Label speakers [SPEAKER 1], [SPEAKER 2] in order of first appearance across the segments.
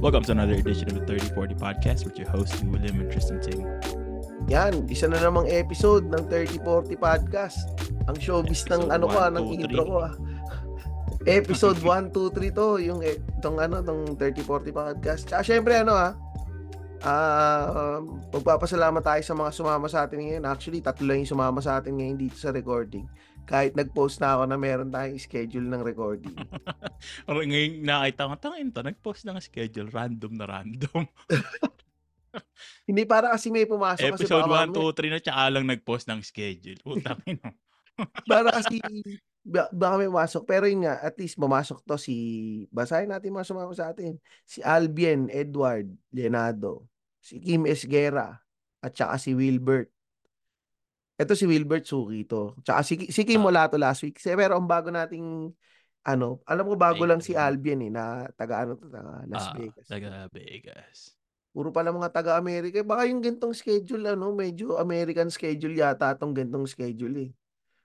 [SPEAKER 1] Welcome to another edition of the 3040 Podcast with your hosts, Lou Lim and Tristan Ting.
[SPEAKER 2] Yan, isa na namang episode ng 3040 Podcast. Ang showbiz ng
[SPEAKER 1] Episode
[SPEAKER 2] ano ko, ah,
[SPEAKER 1] one,
[SPEAKER 2] ng
[SPEAKER 1] two,
[SPEAKER 2] intro
[SPEAKER 1] three.
[SPEAKER 2] ko. ah. episode 1, 2, 3 to, yung eh, tong ano, tong 3040 Podcast. Tsaka syempre ano ha, Ah, um, magpapasalamat tayo sa mga sumama sa atin ngayon. Actually, tatlo lang yung sumama sa atin ngayon dito sa recording. Kahit nag-post na ako na meron tayong schedule ng recording.
[SPEAKER 1] Parang ngayon nakita ko, tangin to, nag-post ng schedule, random na random.
[SPEAKER 2] Hindi para kasi may pumasok kasi
[SPEAKER 1] Episode
[SPEAKER 2] baka
[SPEAKER 1] 1, 2, 3 na tsaka lang nag-post ng schedule. Utang ina.
[SPEAKER 2] para kasi ba- baka may masok. Pero yun nga, at least mamasok to si, basahin natin mga sumama sa atin. Si Albion Edward Leonardo, si Kim Esguera, at saka si Wilbert. Ito si Wilbert Suki to. Tsaka si, si Kim
[SPEAKER 1] Ah.
[SPEAKER 2] wala to last week. Si- Pero ang bago nating ano, alam ko bago
[SPEAKER 1] Ay,
[SPEAKER 2] lang si
[SPEAKER 1] ayun.
[SPEAKER 2] Albion eh, na taga ano to, taga
[SPEAKER 1] Ah,
[SPEAKER 2] Las Vegas.
[SPEAKER 1] Taga Vegas.
[SPEAKER 2] Puro pala mga taga-Amerika. Baka yung gantong schedule, ano, medyo American schedule yata itong gantong schedule eh.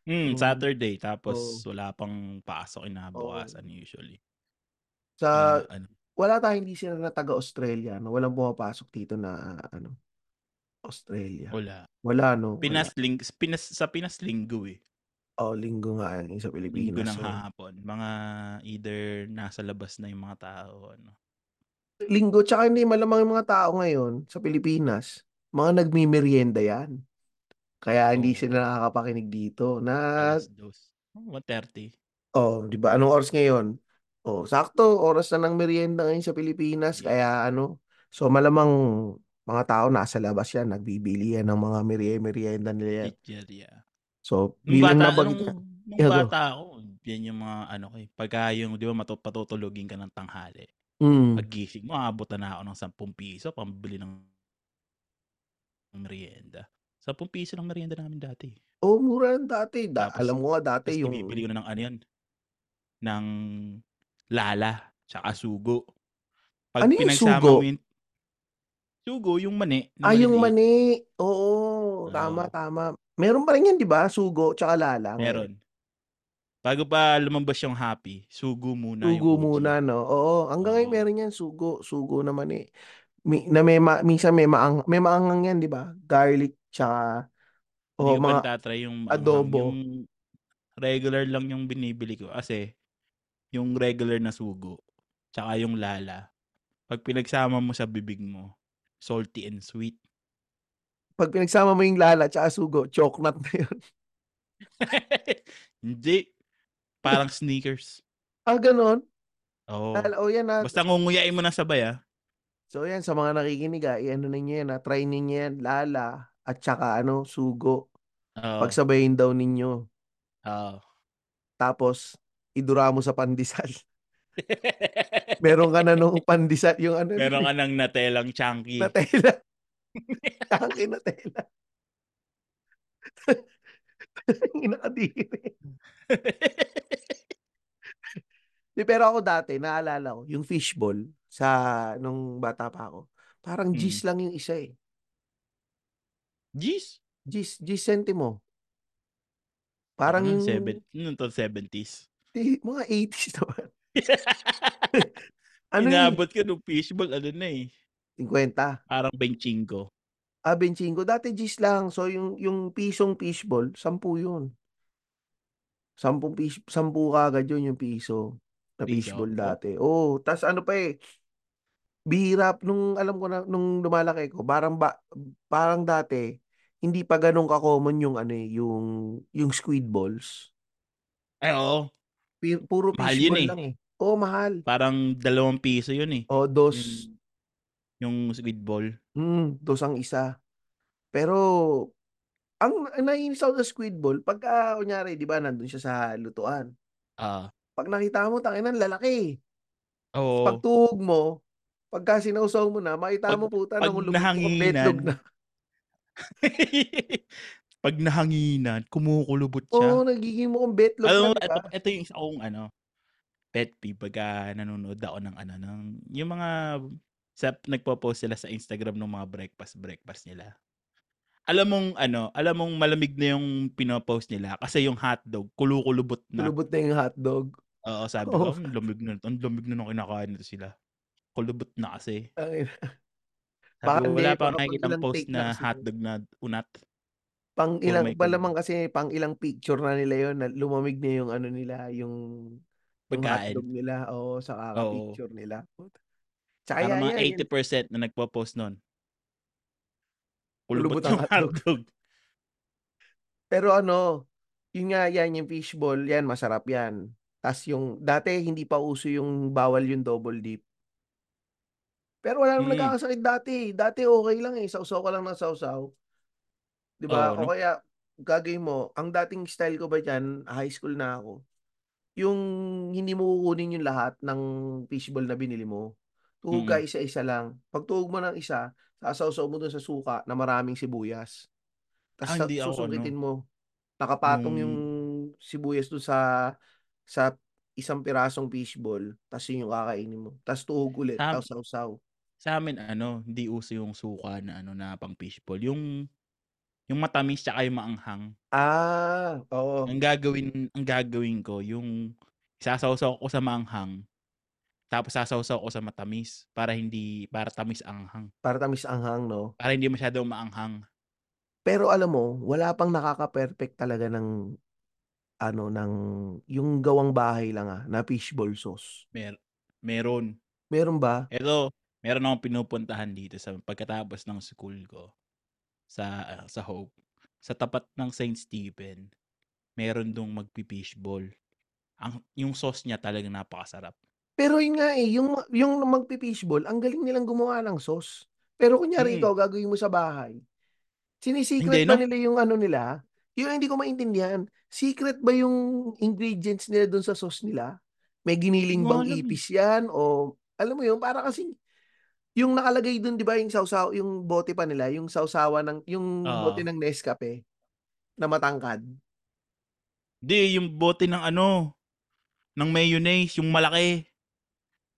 [SPEAKER 1] Hmm,
[SPEAKER 2] Mm.
[SPEAKER 1] Saturday, tapos
[SPEAKER 2] Oo.
[SPEAKER 1] wala pang pasok
[SPEAKER 2] Oh.
[SPEAKER 1] inabukasan usually. Ah,
[SPEAKER 2] Sa,
[SPEAKER 1] ano,
[SPEAKER 2] wala tayong hindi sila na taga Australia, no? Walang pumapasok dito na ano Australia.
[SPEAKER 1] wala.
[SPEAKER 2] Wala no. Wala.
[SPEAKER 1] Pinas, ling, Pinas, sa Pinas linggo eh.
[SPEAKER 2] Oh, linggo nga yung sa
[SPEAKER 1] Linggo
[SPEAKER 2] Pilipinas.
[SPEAKER 1] ng
[SPEAKER 2] So,
[SPEAKER 1] hapon. Mga either nasa labas na yung mga tao. Ano.
[SPEAKER 2] linggo tsaka hindi malamang yung mga tao ngayon sa Pilipinas, mga nagmimerienda yan. Kaya hindi
[SPEAKER 1] Oo.
[SPEAKER 2] sila nakakapakinig dito. Na
[SPEAKER 1] Alas dos. 1.30.
[SPEAKER 2] oh, 'di ba? Anong oras ngayon? Oh, sakto oras na ng merienda ngayon sa Pilipinas
[SPEAKER 1] Yes.
[SPEAKER 2] kaya ano. So malamang mga tao nasa labas yan, nagbibili yan ng mga merie- merienda nila. yan.
[SPEAKER 1] Chicheria.
[SPEAKER 2] So,
[SPEAKER 1] Nung
[SPEAKER 2] bilang
[SPEAKER 1] bata,
[SPEAKER 2] nabag-
[SPEAKER 1] nung, nung
[SPEAKER 2] Yeah, go.
[SPEAKER 1] bata ako, yan yung mga ano ko eh. Pagka yung, di ba, matu- patutulugin ka ng tanghali.
[SPEAKER 2] Mm.
[SPEAKER 1] Pag gising mo, aabot na ako ng 10 piso pambili ng merienda. 10 piso ng merienda namin dati.
[SPEAKER 2] Oh, mura yan dati. Da-
[SPEAKER 1] Tapos-
[SPEAKER 2] alam mo nga
[SPEAKER 1] Tapos
[SPEAKER 2] dati yung
[SPEAKER 1] bibili ko na ng ano yan. Ng lala. Tsaka sugo. Pag
[SPEAKER 2] Ano yung
[SPEAKER 1] pinagsama mo
[SPEAKER 2] sugo?
[SPEAKER 1] yung sugo, yung mani.
[SPEAKER 2] Ah, yung
[SPEAKER 1] maliliit.
[SPEAKER 2] mani. Oo,
[SPEAKER 1] Oo.
[SPEAKER 2] tama, tama. Meron pa rin yan, di ba? Sugo, tsaka lala. ngayon.
[SPEAKER 1] Meron. Bago pa lumabas yung happy, sugo muna yung
[SPEAKER 2] Sugo
[SPEAKER 1] uji.
[SPEAKER 2] muna, no? Oo, hanggang ngayon
[SPEAKER 1] Oo.
[SPEAKER 2] meron yan, sugo. Sugo na mani. Mi- na may ma- minsan may maang may maangang yan, di ba? Garlic, tsaka
[SPEAKER 1] Hindi ko
[SPEAKER 2] oh, mga
[SPEAKER 1] pa natatry yung maanghang.
[SPEAKER 2] adobo.
[SPEAKER 1] Yung regular lang yung binibili ko. Kasi, yung regular na sugo, tsaka yung lala, pag pinagsama mo sa bibig mo, salty and sweet.
[SPEAKER 2] Pag pinagsama mo yung lala, tsaka sugo, choknat na yun.
[SPEAKER 1] Hindi. Parang sneakers.
[SPEAKER 2] Ah, ganun?
[SPEAKER 1] Oo.
[SPEAKER 2] Lala, oh, yan na.
[SPEAKER 1] Basta ngunguyain mo na sabay ah.
[SPEAKER 2] So yan, sa mga nakikinig, ah, i-ano na niya yan, ah, try ninyo yan, lala, at tsaka ano, sugo.
[SPEAKER 1] Oo.
[SPEAKER 2] Pagsabayin daw ninyo.
[SPEAKER 1] Oo.
[SPEAKER 2] Tapos, idura mo sa pandesal. Meron ka na nung pandesal, yung ano,
[SPEAKER 1] Meron ka ng natelang chunky.
[SPEAKER 2] na tela. Tangi na tela. Inakadiri. Di, pero ako dati, naalala ko, yung fishball, sa nung bata pa ako, parang
[SPEAKER 1] Hmm.
[SPEAKER 2] gis lang yung isa eh.
[SPEAKER 1] Jeez.
[SPEAKER 2] Gis, gis sentimo. Parang
[SPEAKER 1] Ano nun,
[SPEAKER 2] yung
[SPEAKER 1] seven- ano to, 70s.
[SPEAKER 2] di- mga 80s naman. Ano yun?
[SPEAKER 1] Inabot ko nung fishball, ano na eh.
[SPEAKER 2] 50.
[SPEAKER 1] Parang benchingo.
[SPEAKER 2] Ah, 25. Dati G's lang. So, yung, yung pisong fishball, 10 yun. 10 pish, 10 kagad yun yung piso
[SPEAKER 1] Piso? Oh.
[SPEAKER 2] na fishball
[SPEAKER 1] Oo.
[SPEAKER 2] dati. Oo. tas ano pa eh, bihirap nung alam ko na nung lumalaki ko, parang ba, parang dati hindi pa ganun ka-common yung ano eh, yung yung squid balls.
[SPEAKER 1] Ay, oo.
[SPEAKER 2] Pi- puro
[SPEAKER 1] Mahal
[SPEAKER 2] fishball
[SPEAKER 1] yun eh.
[SPEAKER 2] lang eh. Oo, mahal.
[SPEAKER 1] Parang dalawang piso yun eh.
[SPEAKER 2] O, dos.
[SPEAKER 1] Yung, yung squid ball.
[SPEAKER 2] Mm, dos ang isa. Pero ang ang naiinis ako sa squid ball, pagka, kunyari, di ba, nandun siya sa lutuan.
[SPEAKER 1] Ah.
[SPEAKER 2] Pag nakita mo, tanginan, lalaki. Pag
[SPEAKER 1] oo.
[SPEAKER 2] tuhog mo, pagka sinausaw mo na, makita
[SPEAKER 1] Pag-
[SPEAKER 2] mo, puta,
[SPEAKER 1] pag
[SPEAKER 2] nang lumutong betlog na.
[SPEAKER 1] Pag nahanginan, kumukulubot siya.
[SPEAKER 2] Oo, nagiging mukhang betlog
[SPEAKER 1] Alam
[SPEAKER 2] na,
[SPEAKER 1] mo,
[SPEAKER 2] di
[SPEAKER 1] ito,
[SPEAKER 2] ba?
[SPEAKER 1] ito yung isa kong ano, pet peeve pagka nanonood ako ng ano, ng, yung mga sa, nagpo-post sila sa Instagram ng mga breakfast breakfast nila. Alam mong ano, alam mong malamig na yung pinopost nila kasi yung hotdog kulukulubot na.
[SPEAKER 2] Kulubot na yung hotdog.
[SPEAKER 1] Oo, sabi "Hmm,
[SPEAKER 2] Oo.
[SPEAKER 1] ko, "Mm, lamig na, ang lamig na ng kinakain nito sila. kulubot na kasi.
[SPEAKER 2] Ang- Baka
[SPEAKER 1] Sabi ko,
[SPEAKER 2] hindi,
[SPEAKER 1] wala pa
[SPEAKER 2] baka
[SPEAKER 1] akong nakikita
[SPEAKER 2] ilang
[SPEAKER 1] post
[SPEAKER 2] take
[SPEAKER 1] na
[SPEAKER 2] lang siguro.
[SPEAKER 1] hotdog na unat.
[SPEAKER 2] Pang ilang,
[SPEAKER 1] may
[SPEAKER 2] ba
[SPEAKER 1] kulay.
[SPEAKER 2] lamang kasi pang ilang picture na nila yon na lumamig na yung ano nila, yung yung
[SPEAKER 1] Pagkain.
[SPEAKER 2] hotdog nila o sa kaka-picture nila. Tsaka
[SPEAKER 1] Para
[SPEAKER 2] yan,
[SPEAKER 1] mga
[SPEAKER 2] yan,
[SPEAKER 1] 80% na nagpo-post nun. Kulubot
[SPEAKER 2] Kulubot ang
[SPEAKER 1] yung hotdog.
[SPEAKER 2] Pero ano, yun nga yan yung fishball, yan masarap yan. Tas yung dati hindi pa uso yung bawal yung double dip. Pero wala
[SPEAKER 1] Mm.
[SPEAKER 2] namang nagkakasakit dati. Dati okay lang eh, sausaw ka lang ng sausaw. 'Di ba?
[SPEAKER 1] Oo, no?
[SPEAKER 2] O kaya gagawin mo, ang dating style ko ba diyan, high school na ako. Yung hindi mo kukunin yung lahat ng fishball na binili mo. Tuhog
[SPEAKER 1] Hmm.
[SPEAKER 2] ka isa-isa lang. Pag tuhog mo ng isa, sasawsaw mo dun sa suka na maraming sibuyas. Tapos
[SPEAKER 1] Ah, hindi ako, Hmm.
[SPEAKER 2] susukitin mo. Nakapatong
[SPEAKER 1] Nung-
[SPEAKER 2] yung sibuyas doon sa sa isang pirasong fishball, tapos yun yung kakainin mo. Tapos tuhog ulit,
[SPEAKER 1] Sa-
[SPEAKER 2] tapos sausaw.
[SPEAKER 1] Sa amin, ano, hindi uso yung suka na ano na pang fishball. Yung yung matamis tsaka yung maanghang.
[SPEAKER 2] Ah, oo.
[SPEAKER 1] Ang gagawin, ang gagawin ko, yung sasawsaw ko sa maanghang, tapos sasawsaw ko sa matamis para hindi, para tamis anghang.
[SPEAKER 2] Para tamis anghang, no?
[SPEAKER 1] Para hindi masyadong maanghang.
[SPEAKER 2] Pero alam mo, wala pang nakaka-perfect talaga ng ano ng yung gawang bahay lang ah, na fishball sauce.
[SPEAKER 1] Mer meron.
[SPEAKER 2] Meron ba?
[SPEAKER 1] Ito, meron akong pinupuntahan dito sa pagkatapos ng school ko sa ah, sa Hope. Sa tapat ng St. Stephen, meron dong magpi-fishball. Ang yung sauce niya talaga napakasarap.
[SPEAKER 2] Pero yun nga eh, yung yung magpi-fishball, ang galing nilang gumawa ng sauce. Pero
[SPEAKER 1] Mm.
[SPEAKER 2] kunyari ikaw gagawin mo sa bahay. Sinisecret
[SPEAKER 1] Hindi,
[SPEAKER 2] ba
[SPEAKER 1] no?
[SPEAKER 2] nila yung ano nila? Yun ang hindi ko maintindihan. Secret ba yung ingredients nila doon sa sauce nila? May giniling
[SPEAKER 1] Hindi ko
[SPEAKER 2] bang
[SPEAKER 1] alam eh.
[SPEAKER 2] ipis yan o alam mo yun, para kasi yung nakalagay doon 'di ba yung sausaw, yung bote pa nila, yung sausawa ng yung
[SPEAKER 1] Ah.
[SPEAKER 2] bote ng Nescafe na matangkad.
[SPEAKER 1] Hindi, yung bote ng ano, ng mayonnaise, yung malaki.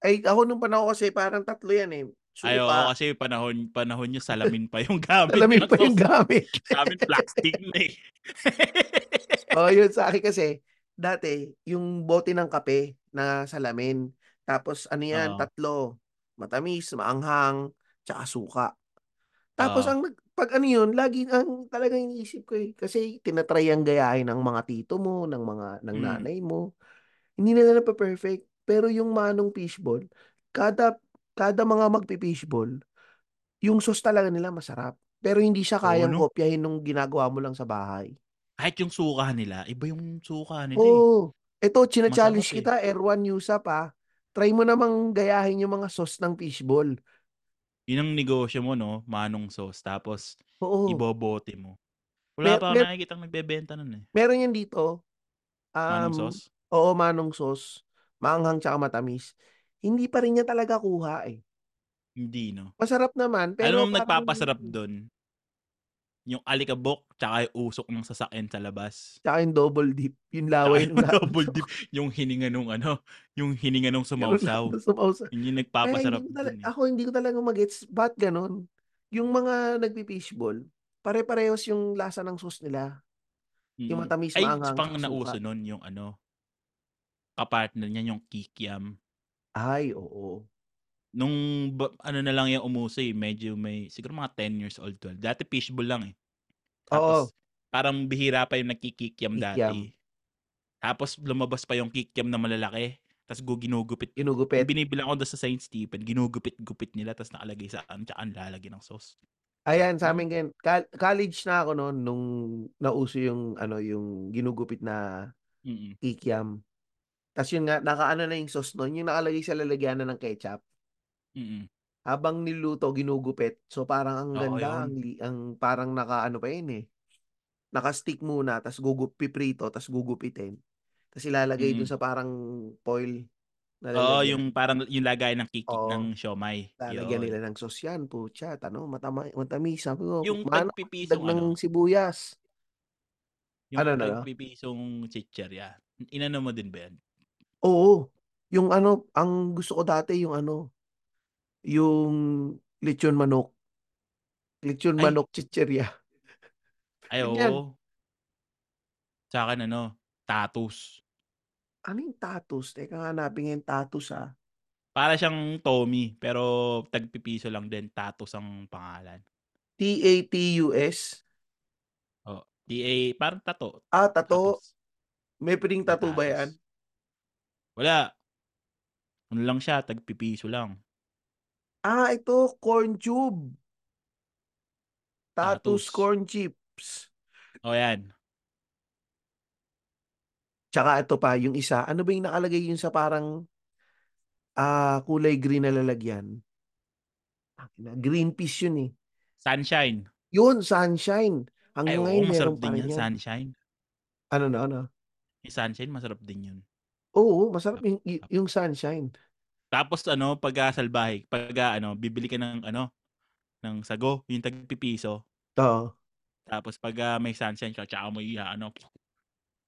[SPEAKER 2] Ay, ako nung panahon kasi parang tatlo yan eh. Suka,
[SPEAKER 1] Ayaw ako kasi panahon, panahon nyo, salamin pa yung gamit.
[SPEAKER 2] Alamin
[SPEAKER 1] ng
[SPEAKER 2] pa yung
[SPEAKER 1] sauce.
[SPEAKER 2] gamit.
[SPEAKER 1] Sa amin, plastic na eh.
[SPEAKER 2] oh, yun sa akin kasi, dati, yung bote ng kape na salamin. Tapos ano yan,
[SPEAKER 1] Oo.
[SPEAKER 2] tatlo. Matamis, maanghang, tsaka suka. Tapos
[SPEAKER 1] Oo.
[SPEAKER 2] ang nag- pag ano yun, lagi ang talagang iniisip ko eh. Kasi tinatry ang gayahin ng mga tito mo, ng mga ng
[SPEAKER 1] Mm.
[SPEAKER 2] nanay mo. Hindi nila na perfect Pero yung manong fishball, kada kada mga magpi-fishball, yung sauce talaga nila masarap. Pero hindi siya
[SPEAKER 1] Oo, Oh,
[SPEAKER 2] kayang
[SPEAKER 1] no?
[SPEAKER 2] kopyahin nung ginagawa mo lang sa bahay.
[SPEAKER 1] Kahit yung suka nila, iba yung suka nila eh.
[SPEAKER 2] Oo. Ito, china-challenge
[SPEAKER 1] Masarap eh.
[SPEAKER 2] kita, Erwan Yusa pa. Try mo namang gayahin yung mga sauce ng fishball.
[SPEAKER 1] Yun ang negosyo mo, no? Manong sauce. Tapos,
[SPEAKER 2] Oo.
[SPEAKER 1] ibobote mo. Wala
[SPEAKER 2] Mer-
[SPEAKER 1] pa ako
[SPEAKER 2] mer-
[SPEAKER 1] nakikita nagbebenta nun eh.
[SPEAKER 2] Meron yan dito. Um,
[SPEAKER 1] Manong sauce.
[SPEAKER 2] Oo, manong sauce. Maanghang tsaka matamis. Hindi pa rin niya talaga kuha eh.
[SPEAKER 1] Hindi, no?
[SPEAKER 2] Masarap naman, pero
[SPEAKER 1] Alam mo, ang
[SPEAKER 2] parang-
[SPEAKER 1] nagpapasarap doon, yung alikabok, tsaka yung usok ng sasakyan sa labas.
[SPEAKER 2] Tsaka yung double dip. Yung
[SPEAKER 1] Tsaka
[SPEAKER 2] laway
[SPEAKER 1] yung double dip, yung hininga nung ano, yung hininga nung sumausaw. Yun yung
[SPEAKER 2] Sumausaw. Kaya Eh, hindi
[SPEAKER 1] nagpapasarap
[SPEAKER 2] ko
[SPEAKER 1] dun
[SPEAKER 2] talaga, ah,
[SPEAKER 1] eh.
[SPEAKER 2] ako hindi ko talaga magets ba't ganun. Yung mga nagpi-fishball, pare-parehos yung lasa ng sauce nila. Yung
[SPEAKER 1] Mm.
[SPEAKER 2] matamis,
[SPEAKER 1] Ay,
[SPEAKER 2] maanghang,
[SPEAKER 1] pang
[SPEAKER 2] tsaka
[SPEAKER 1] nauso
[SPEAKER 2] suka.
[SPEAKER 1] nun yung ano, kapartner niya yung kikiam.
[SPEAKER 2] Ay, oo.
[SPEAKER 1] Nung ba- ano na lang yung umuso eh, medyo may, siguro mga 10 years old, 12. Dati fishball lang eh. Tapos, parang bihira pa yung nagkikikiam
[SPEAKER 2] Kikiam.
[SPEAKER 1] dati. Tapos, lumabas pa yung kikiam na malalaki. Tapos, gu- ginugupit.
[SPEAKER 2] Ginugupit.
[SPEAKER 1] Yung binibilang ko doon sa Saint Stephen, ginugupit-gupit nila, tapos nakalagay sa ano, tsaka ang lalagyan ng sauce.
[SPEAKER 2] Ayan, sa amin ganyan. Col- college na ako noon nung nauso yung ano yung ginugupit na
[SPEAKER 1] Mm-mm.
[SPEAKER 2] kikiam. Tapos yun nga, nakaano na yung sauce noon, yung nakalagay sa lalagyanan ng ketchup.
[SPEAKER 1] Mm-mm.
[SPEAKER 2] Habang niluto, ginugupit. So parang ang
[SPEAKER 1] Oo,
[SPEAKER 2] ganda,
[SPEAKER 1] yun.
[SPEAKER 2] ang, li- ang parang nakaano pa yun eh. Naka-stick muna, tapos gugup, piprito, tapos gugupitin. Tapos ilalagay
[SPEAKER 1] Mm.
[SPEAKER 2] dun sa parang foil
[SPEAKER 1] Oo,
[SPEAKER 2] na lalagyan.
[SPEAKER 1] yung parang yung lagay ng kiki
[SPEAKER 2] Oo.
[SPEAKER 1] ng siomay.
[SPEAKER 2] lalagyan
[SPEAKER 1] Yun.
[SPEAKER 2] nila ng sauce yan, putya, ano, matama, matamis, sabi ko,
[SPEAKER 1] Yung
[SPEAKER 2] maano,
[SPEAKER 1] tagpipisong
[SPEAKER 2] dag ng
[SPEAKER 1] ano?
[SPEAKER 2] sibuyas.
[SPEAKER 1] Yung
[SPEAKER 2] Ano na, no?
[SPEAKER 1] tagpipisong chicherya. Inano mo din ba yan?
[SPEAKER 2] Oo, yung ano, ang gusto ko dati, yung ano, yung lechon manok, lechon
[SPEAKER 1] Ay.
[SPEAKER 2] manok chichirya.
[SPEAKER 1] Ay,
[SPEAKER 2] Yun yan.
[SPEAKER 1] oo. Sa akin ano? Tatus.
[SPEAKER 2] Ano yung tatus? Teka nga, hanapin nga yung tatus, ah.
[SPEAKER 1] Para siyang Tommy, pero tagpipiso lang din. Tatos ang pangalan.
[SPEAKER 2] T-A-T-U-S.
[SPEAKER 1] TA, parang tato.
[SPEAKER 2] Ah, tato.
[SPEAKER 1] Tatos.
[SPEAKER 2] May piling tattoo ba
[SPEAKER 1] Tatos.
[SPEAKER 2] yan?
[SPEAKER 1] Wala. Ano lang siya, tagpipiso lang.
[SPEAKER 2] Ah, ito, corn tube.
[SPEAKER 1] Tatus.
[SPEAKER 2] Tatus corn chips.
[SPEAKER 1] O yan.
[SPEAKER 2] Tsaka ito pa, yung isa, ano ba yung nakalagay yun sa parang ah kulay green na lalagyan? Ah, Green peas yun eh.
[SPEAKER 1] Sunshine.
[SPEAKER 2] Yun, sunshine.
[SPEAKER 1] Ay,
[SPEAKER 2] Hanggang
[SPEAKER 1] oo,
[SPEAKER 2] ngayon, meron
[SPEAKER 1] masarap
[SPEAKER 2] pa
[SPEAKER 1] din
[SPEAKER 2] rin
[SPEAKER 1] yan.
[SPEAKER 2] yan.
[SPEAKER 1] Sunshine.
[SPEAKER 2] Ano na, ano?
[SPEAKER 1] Yung sunshine, masarap din yun.
[SPEAKER 2] Oo, masarap yung, y- yung sunshine.
[SPEAKER 1] Tapos ano, pag ah, salbahe, pag ah, ano, bibili ka ng ano, ng sago, yung tagpipiso.
[SPEAKER 2] To.
[SPEAKER 1] Tapos pag ah, may sunshine ka, tsaka mo iya, ano,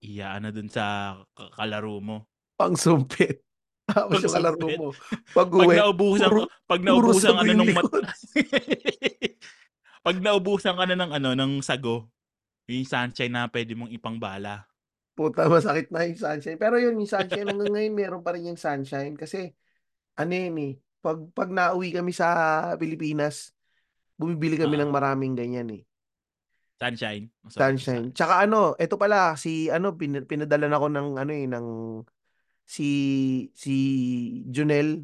[SPEAKER 1] iya, ano dun sa k- kalaro mo.
[SPEAKER 2] Pang sumpit. Tapos yung kalaro
[SPEAKER 1] Pangsumpit.
[SPEAKER 2] mo. Pag
[SPEAKER 1] Pag
[SPEAKER 2] uwi,
[SPEAKER 1] naubusan,
[SPEAKER 2] puro-
[SPEAKER 1] pag
[SPEAKER 2] puro
[SPEAKER 1] naubusan
[SPEAKER 2] sago
[SPEAKER 1] ano
[SPEAKER 2] yung
[SPEAKER 1] ng mat...
[SPEAKER 2] likod.
[SPEAKER 1] pag naubusan ka na ng ano, ng sago, yung sunshine na pwede mong ipangbala.
[SPEAKER 2] Puta, masakit na yung sunshine. Pero yun, yung sunshine hanggang ngayon, meron pa rin yung sunshine. Kasi, ano yun eh, pag, pag nauwi kami sa Pilipinas, bumibili kami
[SPEAKER 1] Ah.
[SPEAKER 2] ng maraming ganyan eh.
[SPEAKER 1] Sunshine. Masarap yung
[SPEAKER 2] Sunshine. Tsaka ano, ito pala, si ano, pin, pinadala na ako ng ano eh, ng si, si Junel.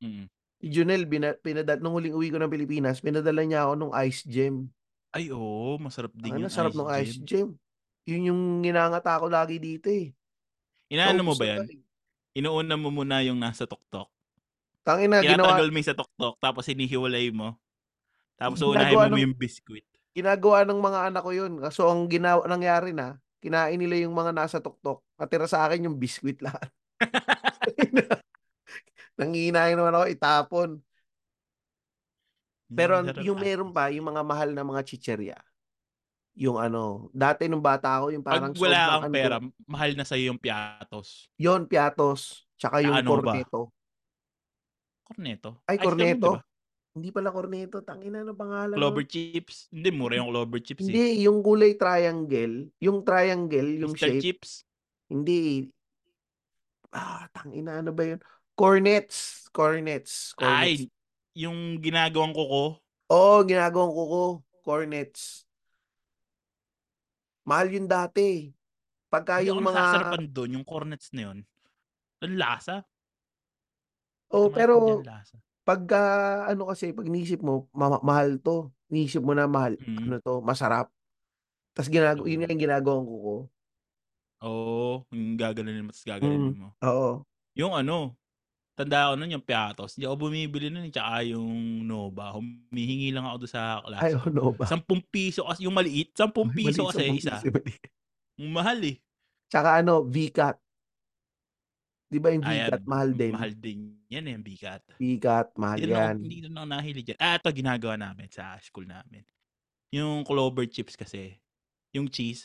[SPEAKER 1] Mm.
[SPEAKER 2] Si Junel, bina, pinadala, nung huling uwi ko ng Pilipinas, pinadala niya ako nung ice gem.
[SPEAKER 1] Ay, oo, masarap din yung
[SPEAKER 2] Ano, sarap
[SPEAKER 1] ice
[SPEAKER 2] ng ice
[SPEAKER 1] gem.
[SPEAKER 2] gem. Yun yung ginangata ko lagi dito eh.
[SPEAKER 1] Inaano mo
[SPEAKER 2] Naubos na
[SPEAKER 1] ba yan?
[SPEAKER 2] tayo.
[SPEAKER 1] Inuuna mo muna yung nasa tuktok.
[SPEAKER 2] Tangin na, Ah, ginawa,
[SPEAKER 1] Tinatanggal mo yung sa tuktok, tapos hinihiwalay mo. Tapos unahin
[SPEAKER 2] Ginagawa
[SPEAKER 1] mo
[SPEAKER 2] ng-
[SPEAKER 1] yung biscuit.
[SPEAKER 2] ginagawa ng mga anak ko yun. So, ang ginawa, nangyari na, kinain nila yung mga nasa tuktok. Natira sa akin yung biskwit lahat. Nangihinayin naman ako, itapon. Pero
[SPEAKER 1] Ang sarap
[SPEAKER 2] yung
[SPEAKER 1] ice
[SPEAKER 2] meron
[SPEAKER 1] gem.
[SPEAKER 2] pa, yung mga mahal na mga chicherya. Yung ano, dati nung bata ako, yung
[SPEAKER 1] Pag
[SPEAKER 2] parang
[SPEAKER 1] wala
[SPEAKER 2] sobrang
[SPEAKER 1] kang
[SPEAKER 2] ano,
[SPEAKER 1] pera, mahal na sa'yo yung piatos.
[SPEAKER 2] Yon, piatos, tsaka yung
[SPEAKER 1] Ano ba?
[SPEAKER 2] corneto.
[SPEAKER 1] Corneto.
[SPEAKER 2] Ay,
[SPEAKER 1] Ice cream yun,
[SPEAKER 2] corneto?
[SPEAKER 1] di ba?
[SPEAKER 2] Hindi pala corneto, tangina ano pangalan
[SPEAKER 1] Clover
[SPEAKER 2] nun?
[SPEAKER 1] chips. Hindi, mura yung clover chips eh.
[SPEAKER 2] Hindi, yung gulay triangle, yung triangle, yung
[SPEAKER 1] Mr.
[SPEAKER 2] shape,
[SPEAKER 1] Chips.
[SPEAKER 2] hindi. Ah, tangina ano ba yun? Cornets, cornets, cornets.
[SPEAKER 1] Ay, yung ginagawang kuko.
[SPEAKER 2] Oo, ginagawang kuko, cornets. Mahal yun dati. Pagka
[SPEAKER 1] Ay,
[SPEAKER 2] Ah, yung
[SPEAKER 1] yung
[SPEAKER 2] mga
[SPEAKER 1] nasasarapan doon, yung cornets na yun. Ang lasa. Hindi
[SPEAKER 2] Oh,
[SPEAKER 1] ko
[SPEAKER 2] pero
[SPEAKER 1] maintindihan lasa.
[SPEAKER 2] pagka ano kasi pag nisip mo ma- mahal to nisip mo na mahal
[SPEAKER 1] Mm.
[SPEAKER 2] ano to masarap tapos
[SPEAKER 1] Oo.
[SPEAKER 2] ginago yun nga yung ginagawa ko ko
[SPEAKER 1] Oo, yung gagalanin mo, tapos
[SPEAKER 2] Mm.
[SPEAKER 1] gagalanin mo.
[SPEAKER 2] oo
[SPEAKER 1] Yung ano, tanda ko nun yung piatos. Hindi ako bumibili nun, eh. tsaka yung Nova. Humihingi lang ako doon sa
[SPEAKER 2] ay
[SPEAKER 1] klase.
[SPEAKER 2] oh, no ba
[SPEAKER 1] Sampung piso, kasi, yung maliit, sampung
[SPEAKER 2] Uy, mali,
[SPEAKER 1] piso kasi
[SPEAKER 2] sampung
[SPEAKER 1] isa.
[SPEAKER 2] piso, mali.
[SPEAKER 1] Ang mahal eh.
[SPEAKER 2] tsaka ano VCAT di ba yung
[SPEAKER 1] Ayan,
[SPEAKER 2] VCAT mahal din
[SPEAKER 1] mahal din yan eh, ang bigat.
[SPEAKER 2] VCAT mahal
[SPEAKER 1] Hindi na,
[SPEAKER 2] yan
[SPEAKER 1] ako- hindi na ako nahilig dyan. Ah, ito ginagawa namin sa school namin. Yung clover chips kasi, yung cheese,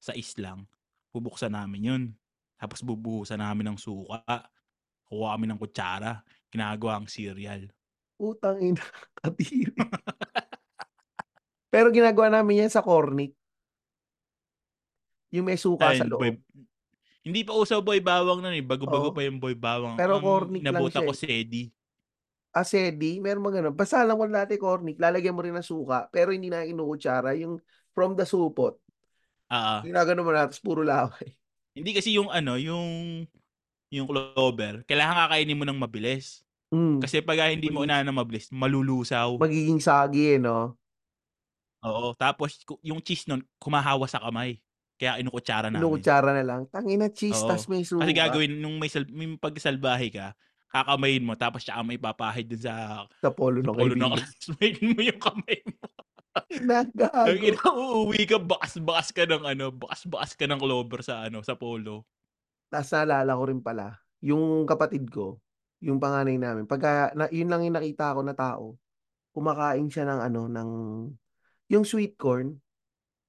[SPEAKER 1] sa islang, bubuksan namin yun. Tapos bubuhusan namin ng suka. Kuha kami ng kutsara. Ginagawa ang cereal.
[SPEAKER 2] utang ina kadiri pero ginagawa namin yan sa cornic yung may suka sa
[SPEAKER 1] Ayun, boy-
[SPEAKER 2] loob
[SPEAKER 1] hindi pa usaw boy bawang nun eh. Bago-bago
[SPEAKER 2] Oo.
[SPEAKER 1] pa yung boy bawang.
[SPEAKER 2] Pero
[SPEAKER 1] Ang
[SPEAKER 2] cornic lang
[SPEAKER 1] inabutan
[SPEAKER 2] siya eh.
[SPEAKER 1] ko sedi.
[SPEAKER 2] asedi, meron mga ganun. Basta alam ko dati cornic, lalagyan mo rin ng suka, pero hindi na kinukutsara. Yung from the supot,
[SPEAKER 1] Ah, ah.
[SPEAKER 2] ginagano mo na, tapos puro laway.
[SPEAKER 1] hindi kasi yung ano, yung yung clover, kailangan kakainin mo ng mabilis.
[SPEAKER 2] Mm.
[SPEAKER 1] Kasi pag ah, hindi mo
[SPEAKER 2] Mabilis.
[SPEAKER 1] unahan ng mabilis, malulusaw.
[SPEAKER 2] Magiging sagi eh, no?
[SPEAKER 1] Oo, tapos ku- yung cheese nun, kumahawa sa kamay. Kaya kinukutsara namin.
[SPEAKER 2] Kinukutsara na lang. Tangina cheese,
[SPEAKER 1] Oo.
[SPEAKER 2] tas may suka.
[SPEAKER 1] Kasi gagawin, nung may, sal- may pagsalbahe ka, kakamayin mo, tapos tsaka may papahid dun sa
[SPEAKER 2] Sa polo
[SPEAKER 1] sa
[SPEAKER 2] ng
[SPEAKER 1] polo ng
[SPEAKER 2] kaibigan.
[SPEAKER 1] classmate mo yung kamay mo. Ang
[SPEAKER 2] Nagago.
[SPEAKER 1] ina, uuwi ka, bakas-bakas ka ng ano, bakas-bakas ka ng clover sa ano, sa polo.
[SPEAKER 2] Tapos naalala ko rin pala, yung kapatid ko, yung panganay namin, pagka, na, yun lang yung nakita ko na tao, kumakain siya ng ano, ng, yung sweet corn,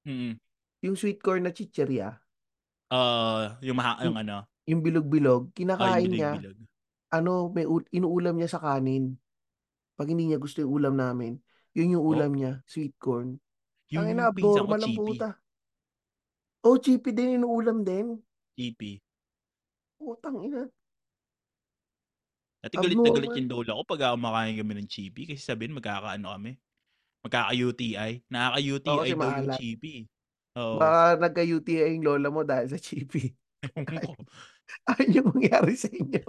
[SPEAKER 1] Mm.
[SPEAKER 2] yung sweet corn na chicherya,
[SPEAKER 1] Ah, yung maha, yung ano,
[SPEAKER 2] yung
[SPEAKER 1] ah,
[SPEAKER 2] bilog-bilog,
[SPEAKER 1] yung
[SPEAKER 2] kinakain niya,
[SPEAKER 1] bilog-bilog.
[SPEAKER 2] ano, may u- inuulam niya sa kanin. Pag hindi niya gusto yung ulam namin, yun yung
[SPEAKER 1] Oh.
[SPEAKER 2] ulam niya, sweet corn. Ang
[SPEAKER 1] Yung
[SPEAKER 2] ina,
[SPEAKER 1] pinsan ko,
[SPEAKER 2] abnormal ang
[SPEAKER 1] chippy.
[SPEAKER 2] puta. Oh, chippy din, inuulam din.
[SPEAKER 1] Chippy.
[SPEAKER 2] Putang ina.
[SPEAKER 1] Dati galit na
[SPEAKER 2] Abnormal.
[SPEAKER 1] galit yung lola ko pag ah, kumakain kami ng chibi kasi sabihin magkakaano kami. Magkaka-UTI.
[SPEAKER 2] Oo, kasi
[SPEAKER 1] Nakaka-UTI daw yung
[SPEAKER 2] maalat.
[SPEAKER 1] chibi. eh. Oo.
[SPEAKER 2] Baka nagka-UTI yung lola mo dahil sa chibi.
[SPEAKER 1] Ewan ko.
[SPEAKER 2] Ayun yung mangyari sa inyo.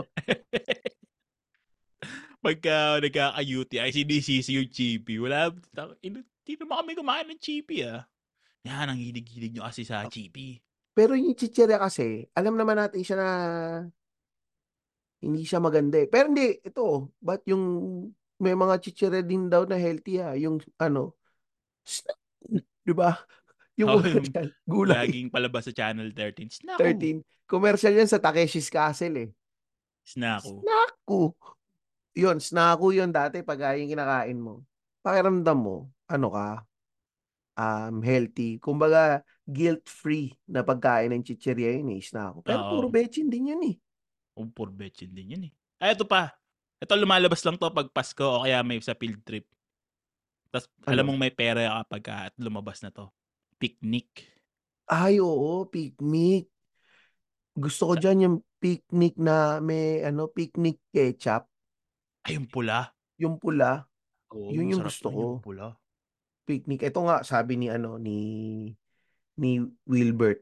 [SPEAKER 1] Pagka nagkaka-UTI, sinisisi yung chibi. Wala, ta- ino- hindi naman kami kumain ng chibi ah. Yan, ang hilig-hilig nyo kasi
[SPEAKER 2] Ah,
[SPEAKER 1] sa chibi.
[SPEAKER 2] Pero yung chichirya kasi, alam naman natin siya na hindi siya maganda eh. Pero hindi, ito, but yung may mga chichirya din daw na healthy ah. Yung ano, snack, di ba? Yung
[SPEAKER 1] Oo,
[SPEAKER 2] commercial, gulay.
[SPEAKER 1] Laging palabas sa Channel 13. Snack.
[SPEAKER 2] 13. Commercial yan sa Takeshi's Castle eh.
[SPEAKER 1] Snack.
[SPEAKER 2] Snaku. Yun, snaku yun dati pag ah, yung kinakain mo. Pakiramdam mo, ano ka, um, healthy. Kumbaga, guilt-free na pagkain ng chichirya yun eh, snaku. Pero
[SPEAKER 1] Oo.
[SPEAKER 2] puro bechin din yun eh.
[SPEAKER 1] Oh, for betchin din yun eh. Ay, ito pa. Ito lumalabas lang to pag Pasko o kaya may sa field trip. Tapos alam
[SPEAKER 2] Ano?
[SPEAKER 1] mong may pera ka pag ah, lumabas na to. Picnic.
[SPEAKER 2] Ay, oo, picnic. Gusto ko dyan yung picnic na may, ano, picnic ketchup.
[SPEAKER 1] Ay, yung pula.
[SPEAKER 2] Yung pula,
[SPEAKER 1] Oo,
[SPEAKER 2] Yun yung
[SPEAKER 1] masarap
[SPEAKER 2] gusto
[SPEAKER 1] yun,
[SPEAKER 2] ko.
[SPEAKER 1] Yung pula.
[SPEAKER 2] picnic. Ito nga, sabi ni, ano, ni, ni Wilbert.